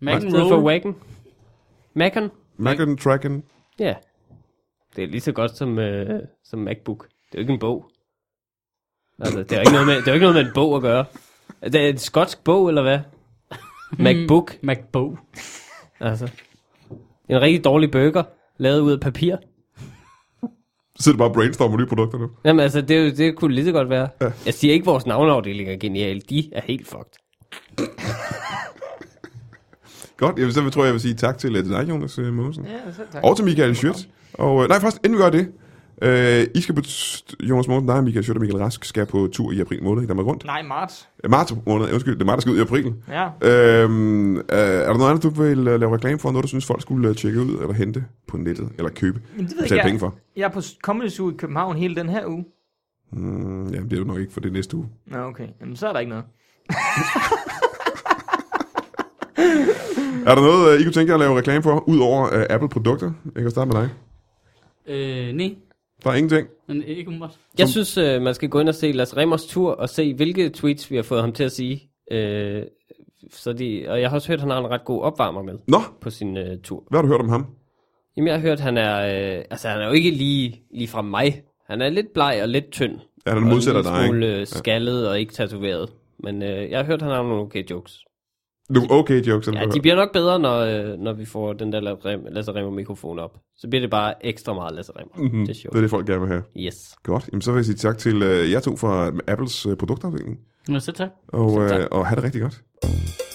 Speaker 3: Mac
Speaker 4: i
Speaker 3: and
Speaker 4: stedet for
Speaker 3: roll.
Speaker 4: Wagon. Macken,
Speaker 1: Macken, Tracken,
Speaker 4: ja. Det er lige så godt som, øh, som MacBook. Det er jo ikke en bog. Altså, det er jo ikke noget med, det er jo ikke noget med en bog at gøre. Er det en skotsk bog, eller hvad? MacBook.
Speaker 3: MacBow.
Speaker 4: Altså. En rigtig dårlig burger, lavet ud af papir.
Speaker 1: sidder du bare og brainstormer nye produkter nu?
Speaker 4: Jamen altså, det, er jo- det kunne det lige så godt være. Ja. Jeg siger ikke, at vores navneafdeling er genial. De er helt fucked.
Speaker 1: Godt, jeg, vil- så tror jeg, jeg vil sige tak til, øh, til dig, Jonas øh, Mogensen.
Speaker 5: Ja, så tak.
Speaker 1: Og til Michael Schødt. Og, øh, nej, først, inden vi gør det. Øh, I skal på, t- Jonas Mogensen, dig, Michael Schødt og Michael Rask skal på tur i april måned i Danmark rundt.
Speaker 5: Nej, marts.
Speaker 1: Øh, Marts måned, undskyld, det er mig, der skal ud i april.
Speaker 5: Ja.
Speaker 1: Øhm, øh, er der noget andet, du vil øh, lave reklame for? Noget, du synes, folk skulle øh, tjekke ud, eller hente på nettet, eller købe?
Speaker 5: Jamen, det ved
Speaker 1: Betale
Speaker 5: jeg
Speaker 1: penge
Speaker 5: ikke.
Speaker 1: for?
Speaker 5: Jeg er på Comedy Zoo i København hele den her uge.
Speaker 1: Mm, jamen, det er jo nok ikke for det er næste uge.
Speaker 5: Nå, okay. Jamen, så er der ikke noget.
Speaker 1: Er der noget, øh, I kunne tænke jer at lave reklame for, ud over øh, Apple-produkter? Jeg kan starte med dig.
Speaker 3: Øh, nej.
Speaker 1: Der er ingenting.
Speaker 3: Men ikke umiddelbart.
Speaker 4: Jeg synes, øh, man skal gå ind og se Lars Remmers tur og se, hvilke tweets vi har fået ham til at sige. Øh, så de, og jeg har også hørt, at han har en ret god opvarmer med
Speaker 1: Nå,
Speaker 4: på sin øh, tur.
Speaker 1: hvad har du hørt om ham?
Speaker 4: Jamen, jeg har hørt, at han er, øh, altså, han er jo ikke lige, lige fra mig. Han er lidt bleg og lidt tynd.
Speaker 1: Ja, han
Speaker 4: og en
Speaker 1: modsætter
Speaker 4: lille
Speaker 1: dig, ikke?
Speaker 4: smule øh, skaldet og ikke tatoveret. Men øh, jeg har hørt, at han har nogle okay jokes.
Speaker 1: Nu, okay jokes, eller
Speaker 4: Ja, de bliver nok bedre, når, øh, når vi får den der Lasse Rem- Lasse Remmer mikrofon op. Så bliver det bare ekstra meget Lasse Remmer. Mm-hmm. Det er
Speaker 1: Mhm. Det er
Speaker 4: sjovt.
Speaker 1: det, folk gerne vil have.
Speaker 4: Yes.
Speaker 1: Godt, jamen, så vil jeg sige tak til øh, jer to fra Apples øh, produktafdeling.
Speaker 3: Nå, så tak.
Speaker 1: Og, øh, og have det rigtig godt.